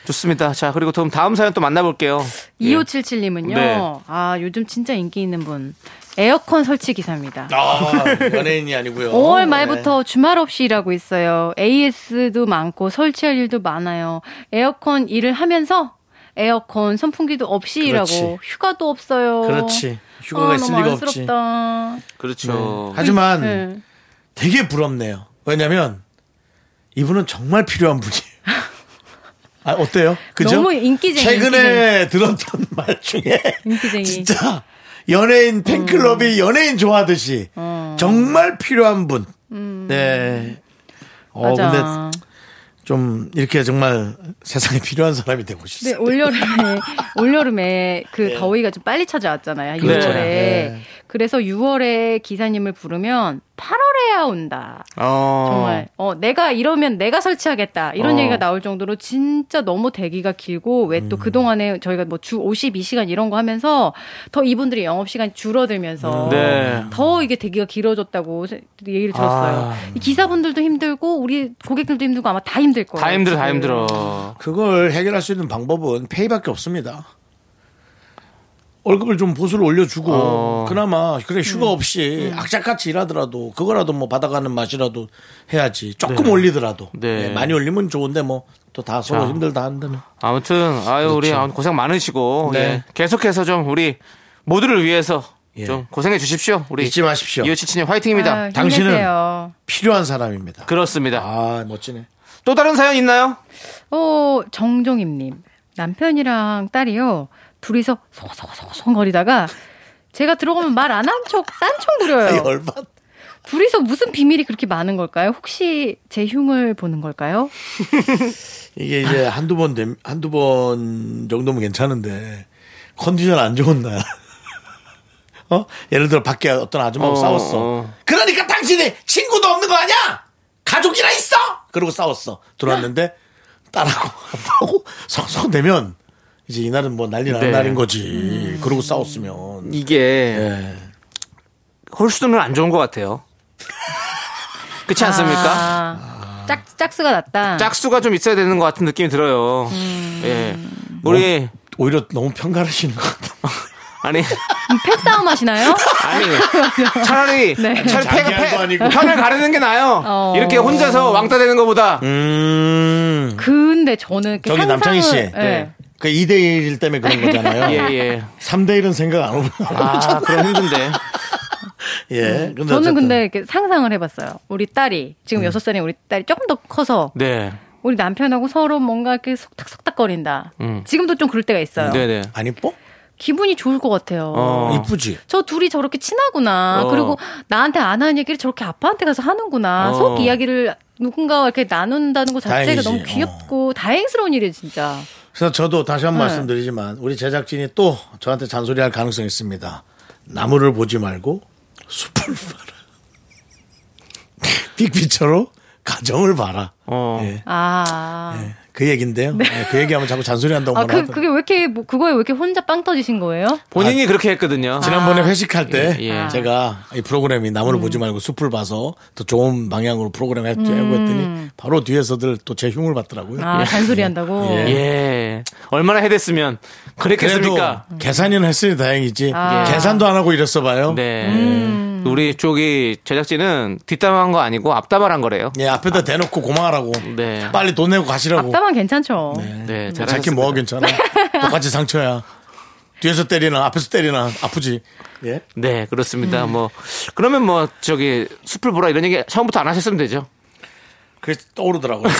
B: 좋습니다 자 그리고 그럼 다음 사연 또 만나볼게요
G: 2577님은요.
B: 네.
G: 아, 요즘 진짜 인기 있는 분. 에어컨 설치 기사입니다.
F: 아, 어, 네. 연예인이 아니고요.
G: 5월 말부터 주말 없이 일하고 있어요. AS도 많고 설치할 일도 많아요. 에어컨 일을 하면서 에어컨 선풍기도 없이
F: 그렇지.
G: 일하고 휴가도 없어요. 아,
F: 그렇지. 음. 휴가가 있을
G: 너무
F: 리가
G: 안쓰럽다.
B: 그렇죠
F: 하지만
G: 네.
F: 되게 부럽네요. 왜냐면 이분은 정말 필요한 분이에요.
D: 아, 어때요? 그죠?
G: 너무 인기쟁이,
D: 최근에 들었던 말 중에
G: 인기쟁이. 음.
D: 진짜 연예인 팬클럽이 연예인 좋아하듯이
G: 어.
D: 정말 필요한 분. 네. 어
G: 음. 맞아.
D: 근데 좀 이렇게 정말 세상에 필요한 사람이 되고 싶어요.
G: 네, 올여름에, 올여름에 그 더위가 좀 빨리 찾아왔잖아요. 6월에.
D: 네.
G: 그래서 6월에 기사님을 부르면 8월에야 온다.
B: 어.
G: 정말. 어, 내가 이러면 내가 설치하겠다. 이런
B: 어.
G: 얘기가 나올 정도로 진짜 너무 대기가 길고 왜 또 그동안에 저희가 뭐 주 52시간 이런 거 하면서 더 이분들이 영업시간이 줄어들면서
B: 네.
G: 더 이게 대기가 길어졌다고 세- 얘기를 들었어요. 이 기사분들도 힘들고 우리 고객들도 힘들고 아마 다 힘들 거예요.
B: 다 힘들어, 다
G: 지금.
B: 힘들어.
D: 그걸 해결할 수 있는 방법은 페이밖에 없습니다. 월급을 좀 보수를 올려주고
B: 어.
D: 그나마 그래 휴가 없이 악착같이 일하더라도 그거라도 뭐 받아가는 맛이라도 해야지 조금 올리더라도
B: 네.
D: 예, 많이 올리면 좋은데 뭐 또 다 서로
B: 자.
D: 힘들다 한다면
B: 아무튼, 아유, 우리 아무튼 고생 많으시고,
D: 네.
B: 예. 계속해서 좀 우리 모두를 위해서 좀 고생해 주십시오. 우리
D: 잊지 마십시오
B: 이호치치님 화이팅입니다.
G: 아유,
D: 당신은-
G: 힘내세요.
D: 필요한 사람입니다.
B: 그렇습니다.
D: 아 멋지네.
B: 또 다른 사연 있나요?
G: 어, 정종임님. 남편이랑 딸이요. 둘이서 소송소송거리다가 제가 들어가면 말 안 한 척, 딴청
D: 아이,
B: 어.
G: 부려요.
D: 얼마
G: 둘이서 무슨 비밀이 그렇게 많은 걸까요? 혹시 제 흉을 보는 걸까요?
D: 이게 이제
B: 아.
D: 한두 번, 됨- 한두 번 정도면 괜찮은데, 컨디션 안 좋은 날. 어? 예를 들어 밖에 어떤 아줌마하고
B: 어,
D: 싸웠어.
B: 어.
D: 그러니까 당신이 친구도 없는 거 아니야? 가족이나 있어! 그러고 싸웠어.
B: 네.
D: 들어왔는데, 딸하고 아빠하고 성성되면, 이제 이날은 뭐 난리 나는
B: 네. 음.
D: 날인 거지. 그러고 싸웠으면.
B: 이게
D: 예.
B: 홀수는 안 좋은 것 같아요. 그렇지 않습니까?
G: 아, 짝, 짝수가 났다.
B: 아. 짝수가 좀 있어야 되는 것 같은 느낌이 들어요.
G: 음.
B: 예. 우리,
D: 뭐? 오히려 너무 편가르시는 것 같아.
B: 아니,
G: 패싸움 음, 하시나요?
B: 아니, 차라리,
G: 네.
B: 차라리
D: 자기
B: 패가
D: 할
B: 패,
D: 거 아니고.
B: 편을 가르는 게 나아요.
G: 어.
B: 이렇게 혼자서 왕따 되는 것보다.
D: 음.
G: 근데 저는 이렇게
D: 저기
G: 상상을-
D: 남창희 씨.
G: 예.
B: 네.
D: 그 2대1 때문에 그런 거잖아요.
B: 예, 예.
D: 3대1은 생각 안 오고.
B: 아, 그럼 힘든데.
D: 예. 근데
G: 네. 저는
D: 어쨌든. 음.
G: 근데 이렇게 상상을 해봤어요. 우리 딸이 지금 여섯 살인 우리 딸이 조금 더 커서
B: 네.
G: 우리 남편하고 서로 뭔가 이렇게 속닥속닥거린다.
B: 음. 지금도
G: 지금도 좀 그럴 때가 있어요.
B: 네네.
D: 안 이뻐?
G: 기분이 좋을 것 같아요.
B: 어.
D: 이쁘지.
G: 저 둘이 저렇게 친하구나.
B: 어.
G: 그리고 나한테 안 하는 얘기를 저렇게 아빠한테 가서 하는구나.
B: 어.
G: 속 이야기를 누군가와 이렇게 나눈다는 것 자체가
D: 다행이지. 어.
G: 너무 귀엽고 다행스러운 일이에요, 진짜.
D: 그래서 저도 다시 한 번
G: 네.
D: 말씀드리지만 우리 제작진이 또 저한테 잔소리할 가능성이 있습니다. 나무를 보지 말고 숲을 봐라. 빅피처로 가정을 봐라.
B: 어.
D: 예.
G: 아.
D: 예. 그 얘긴데요. 예, 그 얘기하면 자꾸 잔소리한다고
G: 네. 아,
D: 뭐라
G: 그,
D: 하더라고요.
G: 그게 왜 이렇게, 뭐, 그거에 왜 이렇게 혼자 빵 터지신 거예요?
B: 본인이 그렇게 했거든요.
D: 아. 지난번에
G: 아.
D: 회식할 때
B: 예, 예.
D: 제가 이 프로그램이
G: 음.
D: 나무를 보지 말고 숲을 봐서 더 좋은 방향으로 프로그램 해보고 했더니 바로 뒤에서들 또 제 흉을 받더라고요.
G: 아, 잔소리 한다고?
D: 예.
B: 예. 얼마나 해댔으면 그랬겠습니까?
D: 그래도 계산은 했으니 다행이지
G: 아.
D: 계산도 안 하고 이랬어 봐요.
B: 네.
G: 음.
B: 우리 쪽이 제작진은 뒷담화한 거 아니고 앞담화한 거래요.
D: 예, 앞에다 대놓고 고마워라고.
B: 네.
D: 빨리 돈 내고 가시라고.
G: 앞다만 괜찮죠?
B: 네. 잘
D: 예. 음. 자기 뭐가 괜찮아. 똑같이 상처야. 뒤에서 때리나 앞에서 때리나 아프지. 예.
B: 네, 그렇습니다. 뭐 그러면 뭐 저기 숲을 보라 이런 얘기 처음부터 안 하셨으면 되죠.
D: 그래서 떠오르더라고요.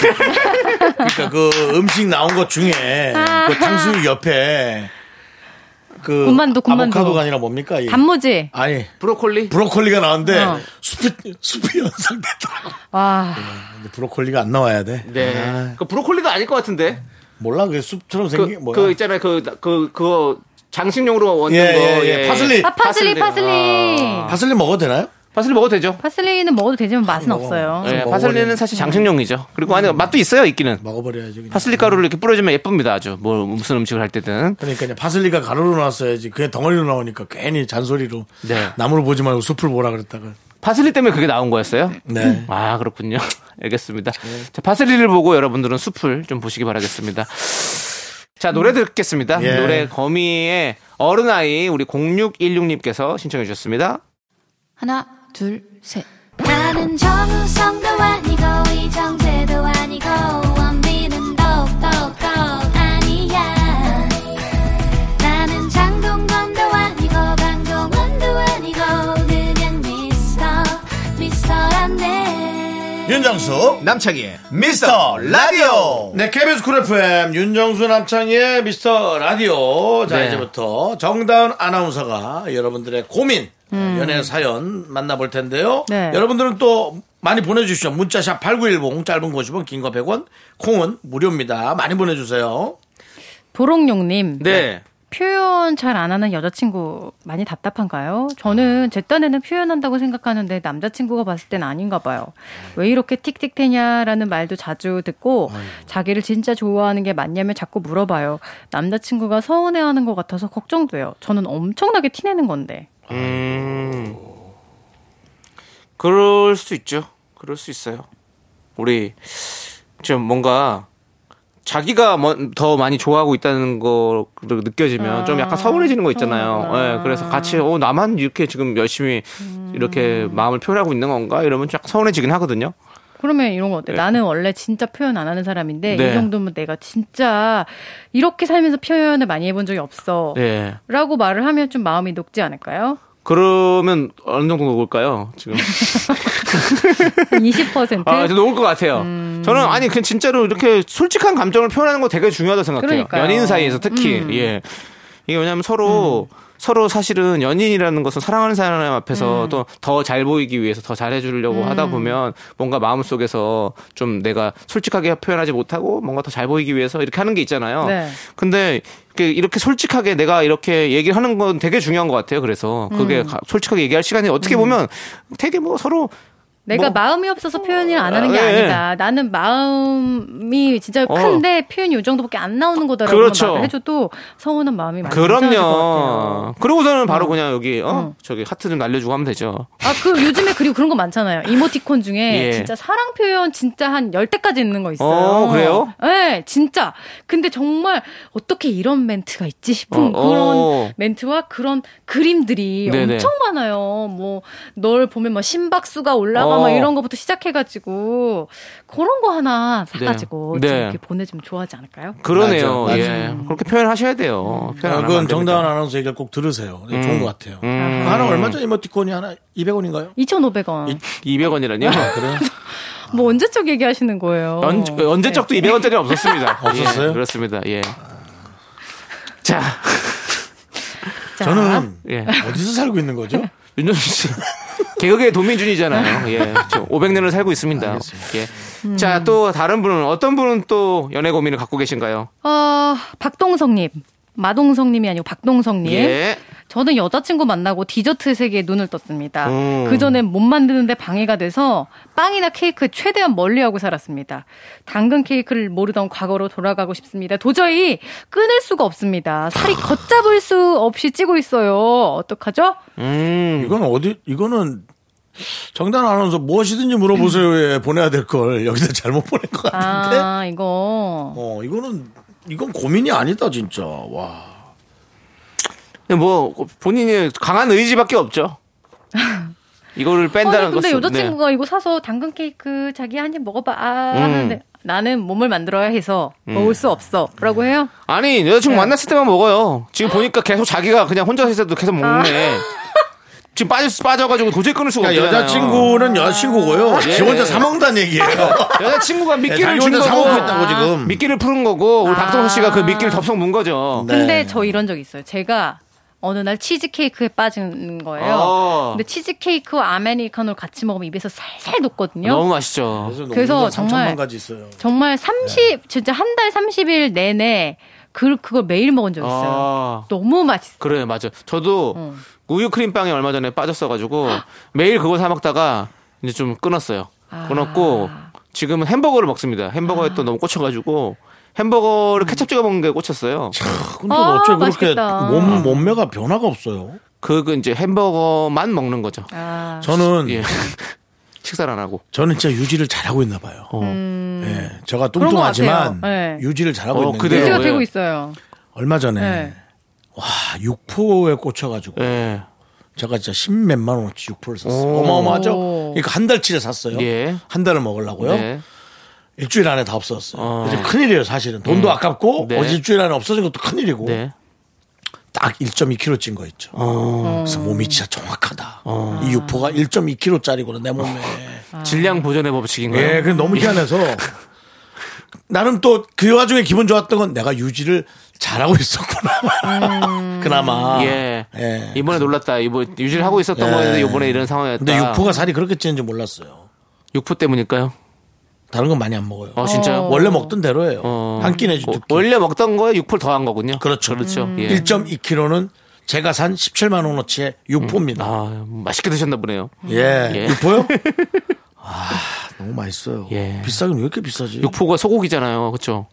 D: 그러니까 그 음식 나온 것 중에 그 탕수육 옆에 그
G: 군만두, 군만두.
D: 아보카도가 아니라 뭡니까? 이
G: 단무지.
D: 아니
B: 브로콜리?
D: 브로콜리가 나왔는데
G: 어.
D: 수프 수프 연상됐다.
G: 와.
D: 근데 브로콜리가 안 나와야 돼.
B: 네.
D: 아,
B: 그 브로콜리도 아닐 것 같은데.
D: 몰라 그 숲처럼
B: 그,
D: 생긴 뭐야?
B: 그 있잖아요. 그 그 그거 장식용으로 얻는
D: 예,
B: 거.
D: 예, 예. 파슬리.
G: 아, 파슬리, 파슬리.
B: 아.
D: 파슬리 먹어도 되나요? 아,
B: 파슬리 먹어도 되죠.
G: 파슬리는 먹어도 되지만 맛은 없어요.
B: 예,
D: 먹어버리네. 음.
B: 파슬리는 사실 장식용이죠. 그리고 아니 맛도 있어요, 있기는.
D: 먹어버려야지. 그냥.
B: 파슬리 가루를 이렇게 뿌려주면 예쁩니다, 아주. 뭐 무슨 음식을 할 때든.
D: 그러니까 이제 파슬리가 가루로 나왔어야지 그게 덩어리로 나오니까 괜히 잔소리로
B: 네.
D: 나무를 보지 말고 숲을 보라 그랬다가
B: 파슬리 때문에 그게 나온 거였어요?
D: 네.
B: 아, 그렇군요. 알겠습니다. 자, 파슬리를 보고 여러분들은 숲을 좀 보시기 바라겠습니다. 자, 노래 듣겠습니다.
D: 예.
B: 노래 거미의 어른아이 우리 0616님께서 신청해 주셨습니다.
J: 하나, 둘, 셋.
E: 나는 정우성도 아니고 이정재도 아니고 원빈은 더욱더 아니야 나는 장동건도 아니고 방종원도 아니고 그냥 미스터 미스터란데
F: 윤정수
B: 남창희의
F: 미스터 라디오
D: 네, KBS 쿨 FM 윤정수 남창희의 미스터 라디오. 자,
B: 네.
D: 이제부터 정다은 아나운서가 여러분들의 고민,
B: 음.
D: 연애 사연 만나볼 텐데요.
G: 네.
D: 여러분들은 또 많이 보내주시죠. 문자샵 8910, 짧은 50원, 긴 거 100원, 콩은 무료입니다. 많이 보내주세요.
G: 도롱뇽님.
B: 네.
G: 표현 잘 안 하는 여자친구 많이 답답한가요?
B: 아.
G: 저는 제 딴에는 표현한다고 생각하는데 남자친구가 봤을 땐 아닌가 봐요.
B: 네.
G: 왜 이렇게 틱틱대냐라는 말도 자주 듣고 자기를 진짜 좋아하는 게 맞냐며 자꾸 물어봐요. 남자친구가 서운해하는 것 같아서 걱정돼요. 저는 엄청나게 티내는 건데.
B: 음. 그럴 수 있죠. 그럴 수 있어요. 우리 좀 뭔가 자기가 뭐- 더 많이 좋아하고 있다는 거로 느껴지면 좀 약간 서운해지는 거 있잖아요. 예, 그래서 같이 어 나만 이렇게 지금 열심히 이렇게 마음을 표현하고 있는 건가 이러면 쫙 서운해지긴 하거든요.
G: 그러면 이런 거 어때?
B: 네.
G: 나는 원래 진짜 표현 안 하는 사람인데
B: 네.
G: 이 정도면 내가 진짜 이렇게 살면서 표현을 많이 해본 적이 없어.
B: 예.
G: 라고 말을 하면 좀 마음이 녹지 않을까요?
B: 그러면 어느 정도 녹을까요? 지금.
G: 한 20%?
B: 아, 저 녹을 것 같아요.
G: 음.
B: 저는 아니 그냥 진짜로 이렇게 솔직한 감정을 표현하는 거 되게 중요하다고 생각해요.
G: 그러니까요. 음.
B: 연인 사이에서 특히 예. 이게 왜냐면 서로 서로 사실은 연인이라는 것은 사랑하는 사람 앞에서
G: 음.
B: 또 더 잘 보이기 위해서 더 잘 해주려고 하다 보면 뭔가 마음속에서 좀 내가 솔직하게 표현하지 못하고 뭔가 더 잘 보이기 위해서 이렇게 하는 게 있잖아요.
G: 네.
B: 근데 이렇게, 이렇게 솔직하게 내가 이렇게 얘기를 하는 건 되게 중요한 것 같아요. 그래서 그게
G: 음.
B: 가- 솔직하게 얘기할 시간이 어떻게 보면 되게 뭐 서로 뭐-
G: 내가 마음이 없어서 표현을 안 하는 게
B: 아, 예.
G: 아니다. 나는 마음이 진짜
B: 어.
G: 큰데 표현이 이 정도밖에 안 나오는 거다라고
B: 그렇죠.
G: 말을 해줘도 서운한 마음이 많이 상해질 것
B: 그럼요.
G: 같아요.
B: 그러고서는 바로 그냥 여기 어
G: 응.
B: 저기 하트 좀 날려주고 하면 되죠.
G: 아, 그 요즘에 그리고 그런 거 많잖아요. 이모티콘 중에
B: 예.
G: 진짜 사랑 표현 진짜 한 10대까지 있는 거 있어요.
B: 어, 그래요?
G: 네, 진짜. 근데 정말 어떻게 이런 멘트가 있지 싶은
B: 어,
G: 음, 그런
B: 어.
G: 멘트와 그런 그림들이
B: 네네.
G: 엄청 많아요. 뭐 널 보면 뭐 심박수가 올라가
B: 어.
G: 막 이런 거부터 시작해 가지고 그런 거 하나 사 가지고
B: 네.
G: 좀
B: 네.
G: 이렇게 보내주면 좋아하지 않을까요?
B: 그러네요.
D: 맞아,
G: 음.
B: 예. 그렇게 표현하셔야 돼요. 음. 표현 안 네, 하면
D: 그건
B: 안 됩니다.
D: 정다은 아나운서 얘기를 꼭 들으세요. 되게 좋은 것 같아요. 하나 얼마 전 이모티콘이 하나 200원인가요?
B: 아.
G: 2,500원.
B: 200원이라니요?
D: 아,
G: 뭐 언제적 얘기하시는 거예요?
B: 언, 제적도 200원짜리 없었습니다.
D: 없었어요?
B: 예, 그렇습니다. 예. 자,
G: 네, 자,
D: 저는
B: 예.
D: 어디서 살고 있는 거죠?
B: 윤정수 씨. 개그의 도민준이잖아요. 예. 저 500년을 살고 있습니다. 예.
G: 음.
B: 자, 또 다른 분은 어떤 분은 또 연애 고민을 갖고 계신가요?
G: 어, 박동성님. 마동성님이 아니고 박동성님.
B: 예.
G: 저는 여자친구 만나고 디저트 세계에 눈을 떴습니다.
B: 음.
G: 그전엔 못 만드는데 방해가 돼서 빵이나 케이크 최대한 멀리하고 살았습니다. 당근 케이크를 모르던 과거로 돌아가고 싶습니다. 도저히 끊을 수가 없습니다. 살이
B: 아.
G: 걷잡을 수 없이 찌고 있어요. 어떡하죠?
B: 음.
D: 이건 어디 이거는 정단 아나운서 무엇이든지 물어보세요에 보내야 될 걸 여기서 잘못 보낸 것 같은데.
G: 아,
B: 뭐
G: 이거.
D: 어 이거는 이건 고민이 아니다 진짜. 와.
B: 근데 뭐 본인의 강한 의지밖에 없죠. 이거를 뺀다는
G: 아니,
B: 것은.
G: 근데
B: 네.
G: 여자친구가 이거 사서 당근 케이크 자기 한 입 먹어봐. 아,
B: 음.
G: 하는데 나는 몸을 만들어야 해서 먹을 수 없어. 라고 해요?
B: 네. 아니 여자친구 만났을 때만 먹어요. 지금 보니까 계속 자기가 그냥 혼자 있어도 계속
G: 아.
B: 먹네. 지금 빠질 수 빠져가지고 도저히 끊을 수가 없잖아요.
D: 여자친구는 여자친구고요.
G: 아,
B: 예.
D: 지 혼자 사 먹는다는 얘기예요.
B: 여자친구가
D: 네, 자기
B: 미끼를 준
D: 혼자 사 먹고
B: 거고
D: 있다고 지금.
B: 미끼를 푸는 거고
G: 아.
B: 우리 박동호 씨가 그 미끼를 덥석 문 거죠.
D: 네.
G: 근데 저 이런 적 있어요. 제가 어느 날 치즈케이크에 빠진 거예요.
B: 어.
G: 근데 치즈케이크와 아메리카노를 같이 먹으면 입에서 살살 녹거든요.
B: 너무 맛있죠.
G: 그래서 정말-
D: 3천만 가지 있어요.
G: 정말 30, 진짜 한 달 30일 내내 그, 그걸 매일 먹은 적 있어요.
B: 아,
G: 너무 맛있어.
B: 그래 맞아. 저도 우유 크림빵에 얼마 전에 빠졌어가지고 매일 그거 사 먹다가 이제 좀 끊었어요.
G: 아.
B: 끊었고 지금은 햄버거를 먹습니다. 햄버거에 또 너무 꽂혀가지고 햄버거를 케첩 찍어 먹는 게 꽂혔어요.
D: 근데
G: 아,
D: 어째 그렇게
G: 맛있겠다.
D: 몸 몸매가 변화가 없어요.
B: 그거 이제 햄버거만 먹는 거죠.
G: 아,
D: 저는
B: 예. 식사를 안 하고.
D: 저는 진짜 유지를 잘하고 있나 봐요.
B: 어.
D: 예, 제가
G: 음. 그런 것
D: 뚱뚱하지만
G: 같아요. 네.
D: 유지를 잘하고
B: 어,
D: 있는데
B: 그대로.
G: 유지가
B: 예.
G: 되고 있어요.
D: 얼마 전에
G: 네.
D: 아, 육포에 꽂혀가지고
B: 예.
D: 제가 진짜 십몇만 원어치 육포를 샀어요.
B: 오.
D: 어마어마하죠? 그러니까 한 달치를 샀어요.
B: 예.
D: 한 달을 먹으려고요.
B: 네.
D: 일주일 안에 다 없어졌어요.
B: 어.
D: 그래서 큰일이에요, 사실은. 돈도 아깝고
B: 네.
D: 어제 일주일 안에 없어진 것도 큰일이고
B: 네.
D: 딱 1.2kg 찐
B: 어.
D: 거 있죠. 그래서 몸이 진짜 정확하다. 이 육포가 1.2kg짜리구나 내 몸에.
B: 질량 보존의 법칙인가요?
D: 예, 그 너무 희한해서 나는 또 그 와중에 기분 좋았던 건 내가 유지를 잘하고 있었구나. 그나마.
B: 음. 예.
D: 예.
B: 이번에 놀랐다. 이번 유지를 하고 있었던
D: 예.
B: 거였는데 이번에 이런 상황이었다.
D: 근데 육포가 살이 그렇게 찌는지 몰랐어요.
B: 육포 때문일까요?
D: 다른 건 많이 안 먹어요.
B: 어, 진짜요?
D: 원래 먹던 대로예요. 한 끼 내지 두
B: 어,
D: 끼.
B: 원래 먹던 거에 육포를 더한 거군요.
D: 그렇죠.
B: 그렇죠.
G: 음.
B: 예.
D: 1.2kg는 제가 산 17만 원어치의 육포입니다.
B: 아, 맛있게 드셨나 보네요.
D: 예.
B: 예.
D: 육포요? 아, 너무 맛있어요.
B: 예.
D: 비싸긴 왜 이렇게 비싸지?
B: 육포가 소고기잖아요. 그렇죠?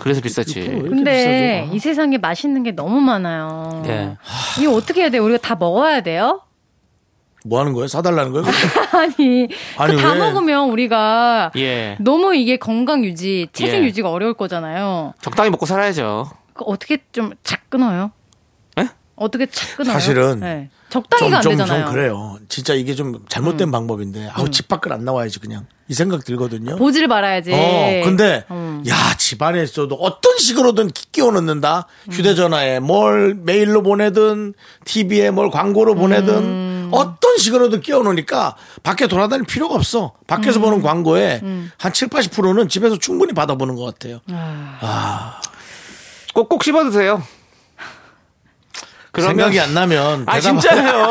B: 그래서 비싸지.
G: 근데 이 세상에 맛있는 게 너무 많아요.
B: 예.
G: 이거 어떻게 해야 돼요? 우리가 다 먹어야 돼요?
D: 뭐 하는 거예요? 사달라는 거예요?
G: 아니, 그
D: 아니,
G: 다
D: 왜?
G: 먹으면 우리가
B: 예.
G: 너무 이게 건강 유지, 체중
B: 예.
G: 유지가 어려울 거잖아요.
B: 적당히 먹고 살아야죠.
G: 그 어떻게 좀 착 끊어요?
B: 예?
G: 어떻게 착 끊어요?
D: 사실은
G: 네.
D: 좀,
G: 적당히가 안
D: 좀,
G: 되잖아요. 음.
D: 좀 그래요. 진짜 이게 좀 잘못된 방법인데, 아우, 집 밖을 안 나와야지, 그냥. 이 생각 들거든요.
G: 보지를 말아야지.
B: 예.
D: 어, 근데,
G: 음.
D: 야, 집안에 있어도 어떤 식으로든 끼워 넣는다? 휴대전화에 뭘 메일로 보내든, TV에 뭘 광고로 보내든,
B: 음.
D: 어떤 식으로든 끼워 넣으니까, 밖에 돌아다닐 필요가 없어. 밖에서
B: 음.
D: 보는 광고에 한 7, 80%는 집에서 충분히 받아보는 것 같아요.
B: 꼭꼭 씹어 드세요. 그러면-
D: 생각이 안 나면.
B: 아
D: 대답-
B: 진짜예요.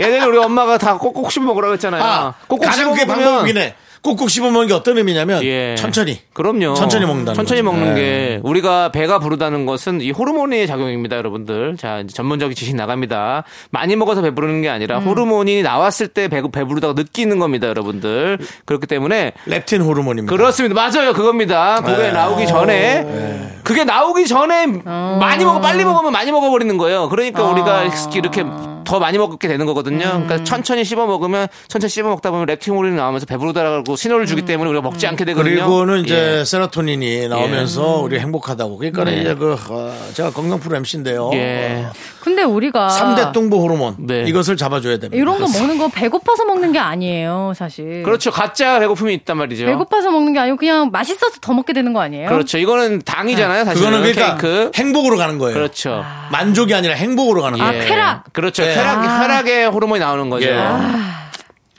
B: 예전에 우리 엄마가 다 꼭꼭 씹어 먹으라고 했잖아요.
D: 아,
B: 꼭꼭
D: 가장
B: 씹어
D: 그게
B: 먹으면-
D: 방법이긴 해. 꼭꼭 씹어 먹는 게 어떤 의미냐면,
B: 예.
D: 천천히.
B: 그럼요.
D: 천천히 먹는다는
B: 천천히
D: 거죠.
B: 먹는
D: 예.
B: 게 우리가 배가 부르다는 것은 이 호르몬의 작용입니다, 여러분들. 자, 이제 전문적인 지식 나갑니다. 많이 먹어서 배부르는 게 아니라 호르몬이 나왔을 때 배, 배부르다고 느끼는 겁니다, 여러분들. 그렇기 때문에
D: 렙틴 호르몬입니다.
B: 그렇습니다. 맞아요. 그겁니다. 그게
D: 네. 어.
B: 나오기 전에 그게 나오기 전에 많이 먹어 빨리 먹으면 많이 먹어 버리는 거예요. 그러니까 우리가 이렇게 더 많이 먹게 되는 거거든요.
G: 음.
B: 그러니까 천천히 씹어 먹으면 천천히 씹어 먹다 보면 렙틴홀이 나오면서 배부르다라고 신호를
G: 음.
B: 주기 때문에 우리가 먹지 않게 되거든요.
D: 그리고는 이제
B: 예. 네.
D: 세로토닌이 나오면서 우리 행복하다고. 그러니까 는 이제 그 어, 제가 건강 프로 MC인데요. 어,
B: 예.
G: 근데 우리가
D: 삼대 똥보 호르몬
B: 네.
D: 이것을 잡아줘야 됩니다.
G: 이런 거 먹는 거 배고파서 먹는 게 아니에요, 사실.
B: 그렇죠. 가짜 배고픔이 있단 말이죠.
G: 음. 배고파서 먹는 게 아니고 그냥 맛있어서 더 먹게 되는 거 아니에요?
B: 그렇죠. 이거는
G: 네.
B: 당이잖아요, 사실은.
D: 그거는 그러니까
B: 케이크.
D: 행복으로 가는 거예요.
B: 그렇죠.
D: 만족이 아니라 행복으로 가는
B: 예.
D: 거예요.
G: 쾌락. 아.
B: 그렇죠.
D: 예.
B: 쾌락, 쾌락의 호르몬이 나오는 거죠.
D: 예.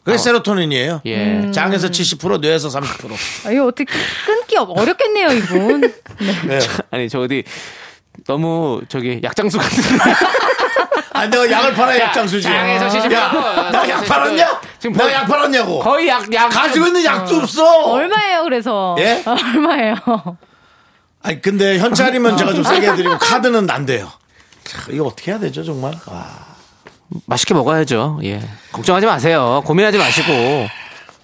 D: 그게 세로토닌이에요.
B: 어. 예. 음.
D: 장에서 70% 뇌에서 30%.
G: 아, 이거 어떻게 끊기 어- 어렵겠네요, 이분. 네.
D: 예.
B: 아니, 저 어디 너무 저기 약장수 같은
D: 아 내가 약을 팔아 약장수지.
B: 장에서 70%.
D: 야나약 팔았냐?
B: 지금
D: 나
B: 거의-
D: 약 팔았냐고.
B: 거의 약, 약.
D: 가지고 있는 약도 없어.
G: 얼마예요, 그래서?
D: 예?
G: 아, 얼마예요?
B: 뭐
D: 아니 근데 현찰이면 제가 좀 세게 해드리고 카드는 안 돼요. 참, 이거 어떻게 해야 되죠 정말? 아. 와.
B: 맛있게 먹어야죠. 예. 걱정하지 마세요. 고민하지 마시고.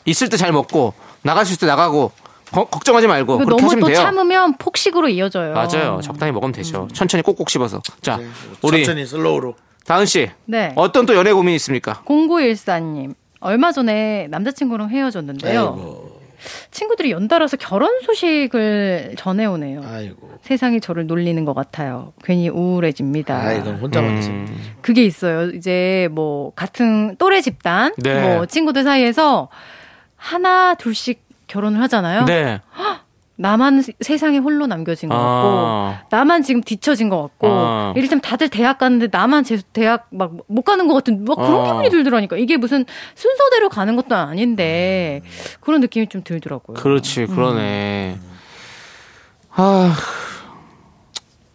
B: 있을 때 잘 먹고, 나갈 수 있을 때 나가고, 거- 걱정하지 말고.
G: 이거
B: 그렇게
G: 너무
B: 하시면
G: 또
B: 돼요.
G: 참으면 음. 폭식으로 이어져요.
B: 맞아요. 적당히 먹으면 되죠. 천천히 꼭꼭 씹어서. 자, 우리
D: 네. 천천히 슬로우로.
B: 다은 씨.
G: 네.
B: 어떤 또 연애 고민이 있습니까?
G: 0914님. 얼마 전에 남자친구랑 헤어졌는데요. 친구들이 연달아서 결혼 소식을 전해오네요.
D: 아이고.
G: 세상이 저를 놀리는 것 같아요. 괜히 우울해집니다.
D: 아 이건
B: 음.
D: 혼자만 해서.
G: 음. 그게 있어요. 이제 뭐 같은 또래 집단,
B: 네.
G: 뭐 친구들 사이에서 하나 둘씩 결혼을 하잖아요.
B: 네.
G: 나만 세- 세상에 홀로 남겨진 것
B: 아.
G: 같고, 나만 지금 뒤처진 것 같고,
B: 아.
G: 이를테면 다들 대학 가는데 나만 제 대학 막 못 가는 것 같은 막 그런
B: 아.
G: 기분이 들더라니까. 이게 무슨 순서대로 가는 것도 아닌데 그런 느낌이 좀 들더라고요.
D: 음.
B: 그렇지, 그러네. 아,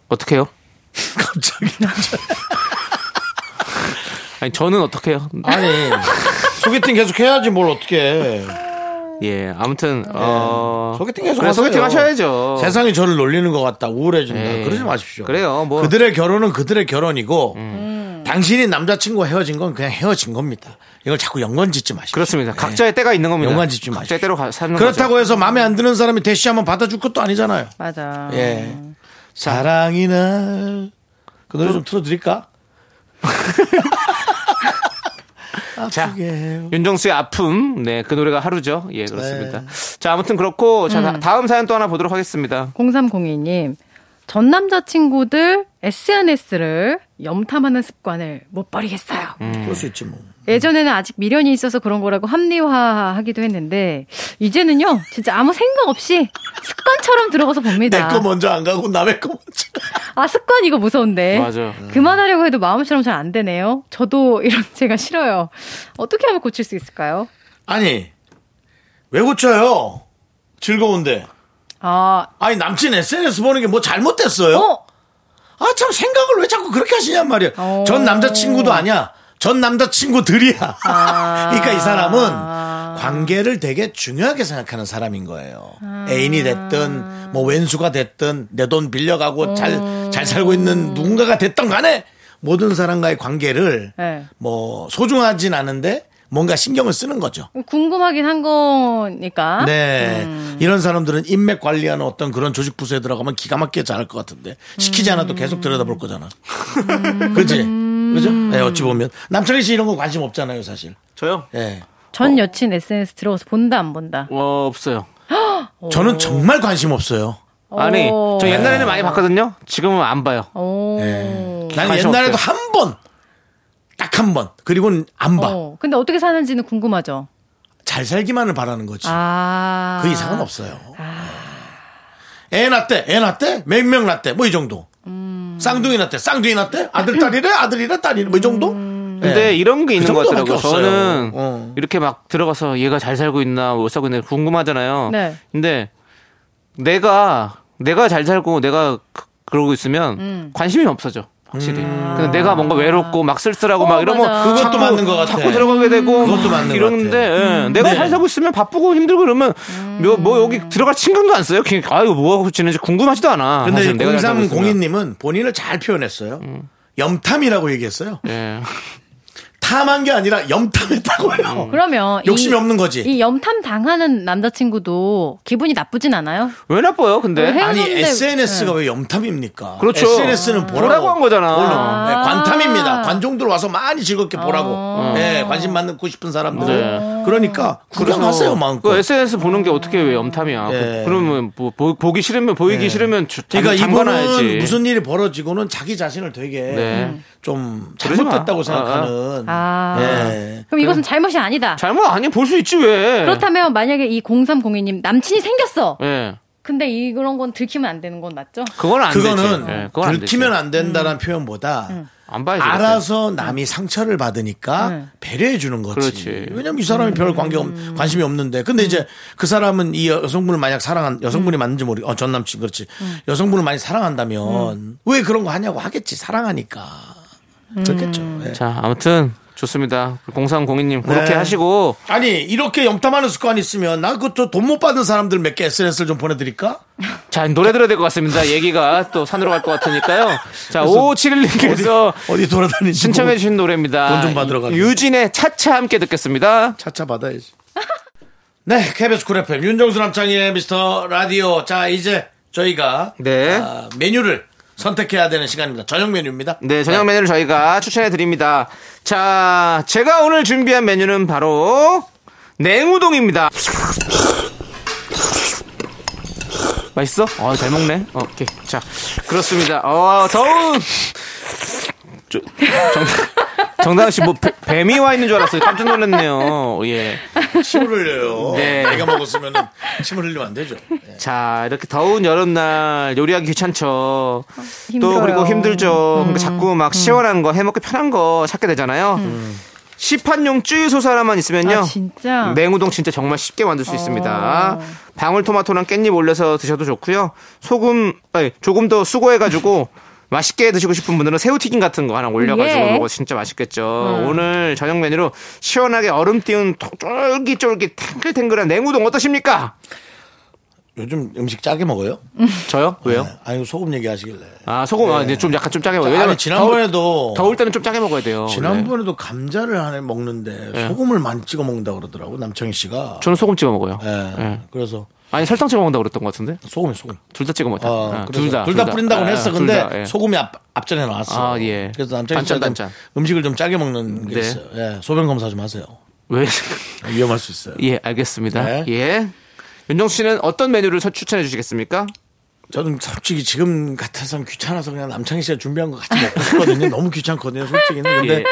B: 어떡해요?
D: 갑자기.
B: 아니, 저는 어떡해요?
D: 아니 소개팅 계속 해야지 뭘 어떻게 해.
B: 예, 아무튼, 어.
D: 네. 소개팅 계속
B: 그래,
D: 하세요.
B: 소개팅 하셔야죠.
D: 세상이 저를 놀리는 것 같다 우울해진다
B: 에이,
D: 그러지 마십시오.
B: 그래요, 뭐. 음.
D: 그들의 결혼은 그들의 결혼이고 당신이 남자친구와 헤어진 건 그냥 헤어진 겁니다. 이걸 자꾸 연관짓지 마십시오.
B: 그렇습니다.
D: 예.
B: 각자의 때가 있는 겁니다.
D: 연관 짓지 마십시오.
B: 각자의 때로 가, 사는
D: 그렇다고
B: 거죠.
D: 해서 마음에 안 드는 사람이 대시하면 받아줄 것도 아니잖아요.
G: 맞아.
D: 예. 사랑이 날. 그 노래 좀 틀어드릴까?
B: 자,
D: 아프게 해요.
B: 윤정수의 아픔. 네, 그 노래가 하루죠. 예, 그렇습니다.
D: 네.
B: 자, 아무튼 그렇고, 자, 다- 다음 사연 또 하나 보도록 하겠습니다.
G: 0302님, 전 남자친구들 SNS를 염탐하는 습관을 못 버리겠어요.
B: 음.
D: 그럴 수 있지 뭐.
G: 예전에는 아직 미련이 있어서 그런 거라고 합리화하기도 했는데 이제는요 진짜 아무 생각 없이 습관처럼 들어가서
D: 내
G: 봅니다.
D: 거 먼저 안 가고 남의 거 먼저.
G: 아 습관 이거 무서운데.
B: 맞아.
G: 그만하려고 해도 마음처럼 잘 안 되네요. 저도 이런 제가 싫어요. 어떻게 하면 고칠 수 있을까요?
D: 아니 왜 고쳐요? 즐거운데.
G: 아,
D: 아니 남친 SNS 보는 게 뭐 잘못됐어요? 아 참 생각을 왜 자꾸 그렇게 하시냔 말이야. 전 남자친구도 아니야. 전 남자친구들이야. 그러니까 이 사람은 관계를 되게 중요하게 생각하는 사람인 거예요. 애인이 됐든 뭐 왼수가 됐든 내 돈 빌려가고 잘 잘 살고 있는 누군가가 됐던 간에 모든 사람과의 관계를
G: 네.
D: 뭐 소중하진 않은데 뭔가 신경을 쓰는 거죠.
G: 궁금하긴 한 거니까.
D: 네.
G: 음.
D: 이런 사람들은 인맥 관리하는 어떤 그런 조직 부서에 들어가면 기가 막히게 잘할 것 같은데 시키지
G: 음.
D: 않아도 계속 들여다볼 거잖아. 그지? 그죠? 네, 어찌 보면 남창희 씨 이런 거 관심 없잖아요, 사실.
B: 저요?
D: 예.
G: 전 여친 SNS 들어가서 본다 안 본다.
B: 어, 없어요.
D: 저는 정말 관심 없어요.
B: 아니,
G: 오.
B: 저 옛날에는 많이 봤거든요. 지금은 안 봐요.
G: 오.
D: 예. 난
B: 관심
D: 옛날에도
B: 없어요.
D: 한 번, 딱 한 번, 그리고는 안 봐.
G: 어, 근데 어떻게 사는지는 궁금하죠.
D: 잘 살기만을 바라는 거지.
G: 아.
D: 그 이상은 없어요. 네. 애 낳대, 애 낳대, 몇 명 낳대, 뭐 이 정도.
G: 음.
D: 쌍둥이 낳대, 쌍둥이 낳대, 아들, 딸이래, 아들이래, 딸이래, 뭐 이 정도.
G: 음.
B: 근데
D: 예.
B: 이런 게 있는
D: 그
B: 것
D: 정도밖에
B: 같더라고요.
D: 없어요.
B: 저는
D: 어.
B: 이렇게 막 들어가서 얘가 잘 살고 있나, 못 살고 있나 궁금하잖아요.
G: 네.
B: 근데 내가, 내가 잘 살고 내가 그- 그러고 있으면
G: 음.
B: 관심이 없어져. 확실히.
D: 음.
B: 근데 내가 뭔가 외롭고 막 쓸쓸하고
G: 어,
B: 막 이러면
G: 맞아.
D: 그것도
B: 자꾸-
D: 맞는 것 같아.
B: 자꾸 들어가게 되고
D: 네. 음. 그것도 맞는 것
B: 이러는데 예, 내가
D: 네.
B: 잘 살고 있으면 바쁘고 힘들고 이러면
G: 음.
B: 뭐, 뭐 여기 들어갈 신경도 안 써요. 그냥 아 이거 뭐 하고 지내는지 궁금하지도 않아.
D: 근데
B: 사실 내가 잘 살고 있으면.
D: 0302님은 본인을 잘 표현했어요. 염탐이라고 얘기했어요.
B: 예.
D: 탐한 게 아니라
B: 음.
D: 염탐했다고요.
G: 그러면
D: 욕심이
G: 이,
D: 없는 거지.
G: 이 염탐 당하는 남자친구도 기분이 나쁘진 않아요?
B: 왜 나빠요? 근데
G: 왜
D: 아니
G: 헤어졌는데-
D: SNS가 왜 염탐입니까?
B: 그렇죠.
D: SNS는 보라고,
B: 보라고 한 거잖아.
D: 보는.
B: 아.
D: 네,
G: 아.
D: 관탐입니다. 관종들 와서 많이 즐겁게 보라고. 네, 관심 받고 싶은 사람들.
B: 네.
D: 그러니까 구경하세요 마음껏.
B: 그 SNS 보는 게 어떻게 왜 염탐이야?
D: 예.
B: 그, 러면 뭐, 보, 기 싫으면 보이기 싫으면 주,
D: 그러니까
B: 잠- 잠궈놔야지.
D: 이분은 무슨 일이 벌어지고는 자기 자신을 되게
B: 네.
D: 좀
B: 그러지 마.
D: 잘못됐다고
B: 아,
D: 생각하는.
G: 아.
D: 예.
G: 그럼 이것은 잘못이
D: 네.
G: 아니다.
B: 잘못 아니 볼 수 있지 왜?
G: 그렇다면 만약에 이 0302님 남친이 생겼어.
B: 예.
G: 근데 이 그런 건 들키면 안 되는 건 맞죠?
B: 그건 안
D: 그거는
B: 되지. 예, 그건 안
D: 들키면
B: 되지.
D: 안 된다는 표현보다
B: 안 봐야지.
D: 알아서 남이 상처를 받으니까
B: 음.
D: 배려해 주는 거지.
B: 그렇지.
D: 왜냐면 이 사람이 별
B: 음.
D: 관계 없, 관심이 없는데. 근데 이제 그 사람은 이 여성분을 만약 사랑한
B: 음.
D: 여성분이 맞는지 모르. 어, 전 남친 그렇지. 여성분을 많이 사랑한다면
B: 음.
D: 왜 그런 거 하냐고 하겠지. 사랑하니까. 그렇겠죠. 예.
B: 자 아무튼 좋습니다. 공상공인님 그렇게
D: 네.
B: 하시고
D: 아니 이렇게 염탐하는 습관 있으면 나 그것도 돈 못 받은 사람들 몇 개 SNS를 좀 보내드릴까?
B: 자 노래 들어야 될 것 같습니다. 얘기가 또 산으로 갈 것 같으니까요. 자 5571님께서
D: 어디 돌아다니지?
B: 신청해 주신 노래입니다.
D: 뭐, 돈좀 받으러 가게.
B: 유진의 차차 함께 듣겠습니다.
D: 차차 받아야지. 네, KBS 쿨 FM 윤정수 남창희의 미스터 라디오. 자, 이제 저희가
B: 네.
D: 아, 메뉴를 선택해야 되는 시간입니다. 저녁 메뉴입니다.
B: 네, 저녁 메뉴를 저희가 추천해 드립니다. 자, 제가 오늘 준비한 메뉴는 바로 냉우동입니다. 맛있어? 어, 잘 먹네. 어, 오케이. 자, 그렇습니다. 어, 더운. 저, 정당, 정당 씨, 뭐, 뱀- 뱀이 와 있는 줄 알았어요. 깜짝 놀랐네요. 예.
D: 침을 흘려요.
B: 네.
D: 내가 먹었으면 침을 흘리면 안 되죠. 네.
B: 자, 이렇게 더운 여름날 요리하기 귀찮죠.
G: 힘들어요. 음.
B: 또 그리고 힘들죠. 그러니까 자꾸 막 시원한 거, 해먹기 편한 거 찾게 되잖아요. 시판용 쯔유소스 하나만 있으면요.
G: 음. 아, 진짜? 어.
B: 냉우동 진짜 정말 쉽게 만들 수 있습니다. 방울토마토랑 깻잎 올려서 드셔도 좋고요. 소금, 아니, 조금 더 수고해가지고 맛있게 드시고 싶은 분들은 새우튀김 같은 거 하나 올려가지고
G: 예. 음.
B: 먹어도 진짜 맛있겠죠. 오늘 저녁 메뉴로 시원하게 얼음 띄운 톡- 쫄깃쫄깃 탱글탱글한 냉우동 어떠십니까?
D: 요즘 음식 짜게 먹어요?
B: 저요? 왜요?
D: 네. 아니, 소금 얘기하시길래.
B: 아 소금 아, 네, 좀 약간 좀 짜게 먹어요. 왜냐면
D: 아니, 지난번에도
B: 더울, 더울 때는 좀 짜게 먹어야 돼요. 네.
D: 지난번에도 감자를 하나 먹는데 소금을 많이 찍어 먹는다 그러더라고 남창희 씨가.
B: 저는 소금 찍어 먹어요.
D: 예.
B: 예.
D: 그래서
B: 아니 설탕 찍어 먹는다 고 그랬던 것 같은데
D: 소금이 소금.
B: 둘 다 찍어 먹자.
D: 어,
B: 아,
D: 그래서
B: 둘 다.
D: 둘 다 뿌린다고
B: 아,
D: 했어.
B: 둘
D: 근데
B: 다, 예.
D: 소금이 앞, 앞전에 나왔어.
B: 아, 예.
D: 그래서 남자이
B: 반찬,
D: 좀
B: 반찬.
D: 음식을 좀 짜게 먹는 게
B: 네.
D: 있어요. 예, 소변 검사 좀 하세요.
B: 왜?
D: 위험할 수 있어요.
B: 예, 알겠습니다.
D: 네.
B: 예. 윤정수 씨는 어떤 메뉴를 서- 추천해 주시겠습니까?
D: 저는 솔직히 지금 같아서는 귀찮아서 그냥 남창희 씨가 준비한 거 같이 먹고 싶거든요. 너무 귀찮거든요, 솔직히. 근데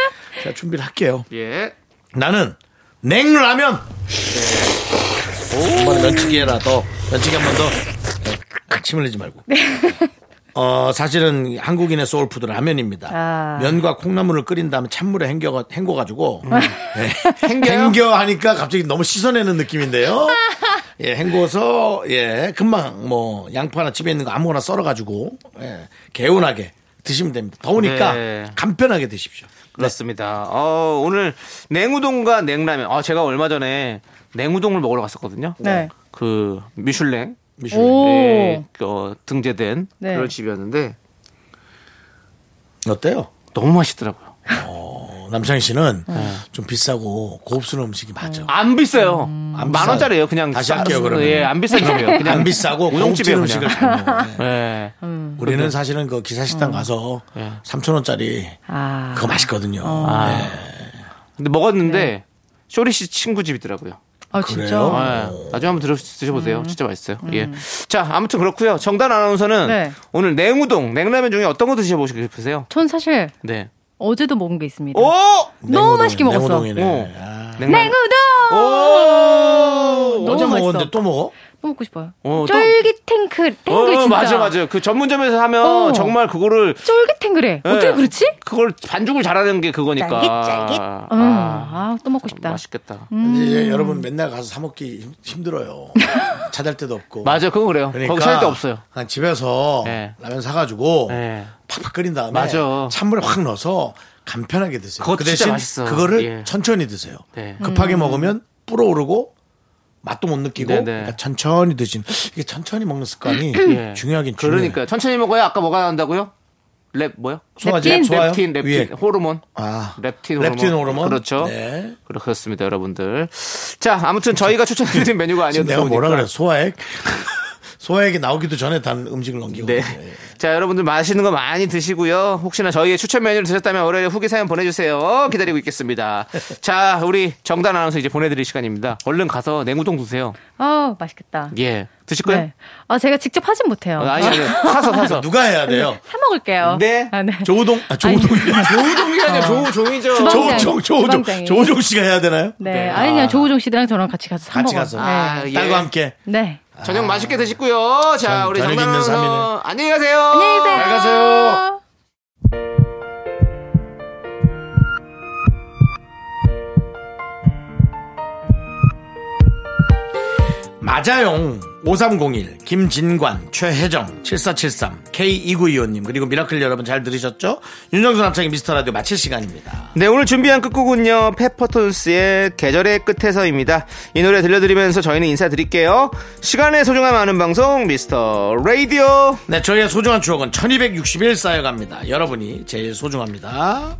D: 제가 준비를 할게요.
B: 예.
D: 나는 냉라면.
B: 네.
D: 오. 한번 면치기 해라. 더 면치기 한 번 더. 네. 침을 내지 말고. 어, 사실은 한국인의 소울푸드 라면입니다.
G: 아.
D: 면과 콩나물을 끓인 다음에 찬물에 헹겨, 헹궈가지고. 예.
B: 음. 헹겨요?
D: 헹겨 하니까 갑자기 너무 씻어내는 느낌인데요. 예, 헹궈서, 예, 금방 뭐, 양파나 집에 있는 거 아무거나 썰어가지고, 예, 개운하게 드시면 됩니다. 더우니까
B: 네.
D: 간편하게 드십시오.
B: 그렇습니다. 어, 오늘 냉우동과 냉라면. 아, 제가 얼마 전에 냉우동을 먹으러 갔었거든요.
G: 네.
B: 그 미슐랭
G: 오.
B: 예, 어, 등재된
G: 네.
B: 그런 집이었는데
D: 어때요?
B: 너무 맛있더라고요.
D: 어, 남창희 씨는
G: 네.
D: 좀 비싸고 고급스러운 음식이 맞아.
B: 안 비싸요. 만
D: 안 음. 비싸요.
B: 원짜리예요. 그냥
D: 다시
B: 싸-
D: 할게요, 그러면.
B: 예, 안 비싼 집이에요. 그냥
D: 안 비싸고 고급진
B: 우동집이에요.
D: 음식을
B: 그냥.
D: 잘 먹어요. 예.
B: 예.
G: 음.
D: 우리는 사실은 그 기사식당 가서
B: 예.
D: 3천 원짜리
G: 아. 어.
D: 그거 맛있거든요. 네,
B: 아. 근데 먹었는데 쇼리 씨 친구 집이더라고요.
G: 아,
D: 그래요?
G: 진짜.
D: 어.
B: 예, 나중에 한번 들어 드셔보세요.
D: 음.
B: 진짜 맛있어요. 예. 자, 아무튼 그렇고요. 정단 아나운서는
G: 네.
B: 오늘 냉우동, 냉라면 중에 어떤 거 드셔보시고 싶으세요?
G: 전 사실
B: 네.
G: 어제도 먹은 게 있습니다.
B: 오!
G: 너무 맛있게 먹었어.
D: 네, 냉우동이네.
B: 오.
D: 아.
B: 냉라면.
G: 냉우동!
B: 어, 오!
G: 너무
D: 어제
G: 맛있어.
D: 먹었는데 또 먹어?
G: 또 먹고 싶어요.
B: 어, 또-
G: 쫄깃탱글, 탱글 진짜.
B: 맞아, 맞아. 그 전문점에서 하면
G: 어.
B: 정말 그거를
G: 쫄깃탱글해.
B: 예.
G: 어떻게 그렇지?
B: 그걸 반죽을 잘하는 게 그거니까.
E: 쫄깃쫄깃.
B: 아,
G: 음, 아, 또 먹고 싶다.
B: 맛있겠다.
D: 음. 이제 예, 여러분 맨날 가서 사 먹기 힘- 힘들어요. 찾을 데도 없고.
B: 맞아, 그건 그래요.
D: 그러니까
B: 거기 살데 없어요.
D: 그냥 집에서
B: 예.
D: 라면 사가지고
B: 예.
D: 팍팍 끓인 다음에
B: 맞아.
D: 찬물에 확 넣어서 간편하게 드세요.
B: 그거
D: 그
B: 진짜
D: 대신
B: 맛있어.
D: 그거를
B: 예.
D: 천천히 드세요.
B: 네.
G: 음.
D: 급하게 먹으면 불어오르고 맛도 못 느끼고
B: 네네.
D: 그러니까 천천히 드신 이게 천천히 먹는 습관이
B: 예.
D: 중요하긴 중요해요.
B: 그러니까 천천히 먹어요. 아까 뭐가 나온다고요? 랩 뭐요?
D: 소화제
G: 렙틴,
D: 좋아요?
B: 렙틴, 렙틴
D: 위에.
B: 호르몬.
D: 아,
B: 렙틴 호르몬.
D: 렙틴 호르몬.
B: 그렇죠.
D: 네.
B: 그렇- 그렇습니다, 여러분들. 자, 아무튼 저희가 추천드린 메뉴가 아니었던
D: 지금 내가 뭐라 그래? 소화액? 소화액이 나오기도 전에 단 음식을 예. 넘기고.
B: 네. 자, 여러분들 맛있는 거 많이 드시고요. 혹시나 저희의 추천 메뉴를 드셨다면 월요일에 후기 사연 보내주세요. 기다리고 있겠습니다. 자, 우리 정단 아나운서 이제 보내드릴 시간입니다. 얼른 가서 냉우동 드세요.
G: 아, 맛있겠다.
B: 예. 드실 거예요?
G: 네. 아, 제가 직접 하진 못해요.
B: 어, 아니, 아니. 사서, 사서.
D: 누가 해야 돼요?
G: 사 먹을게요.
B: 네.
G: 아, 네.
D: 조우동, 아, 조우동이
B: 조우종이라뇨, 조우종이죠.
D: 조우종,
G: 주방-
D: 조우종, 조우종,
G: 주방장이.
D: 조우종 씨가 해야 되나요?
G: 네. 아니, 그냥 조우종 씨랑 저랑 같이 가서 사
D: 같이
G: 먹어요.
D: 가서.
G: 네.
B: 아, 예.
D: 딸과 함께.
G: 네.
B: 저녁 맛있게 드시고요. 자,
D: 전-
B: 우리
D: 저녁
B: 정단 아나운서.
D: 있는 삶이네.
B: 안녕히 가세요.
G: 안녕히 계세요.
B: 가세요.
D: 맞아용 5301 김진관 최혜정 7473 K2925님 그리고 미라클 여러분 잘 들으셨죠? 윤정수 남창의 미스터라디오 마칠 시간입니다
B: 네, 오늘 준비한 끝곡은요. 페퍼톤스의 계절의 끝에서입니다. 이 노래 들려드리면서 저희는 인사드릴게요. 시간의 소중함 아는 방송, 미스터 라디오.
D: 네 저희의 소중한 추억은 1261 쌓여갑니다 여러분이 제일 소중합니다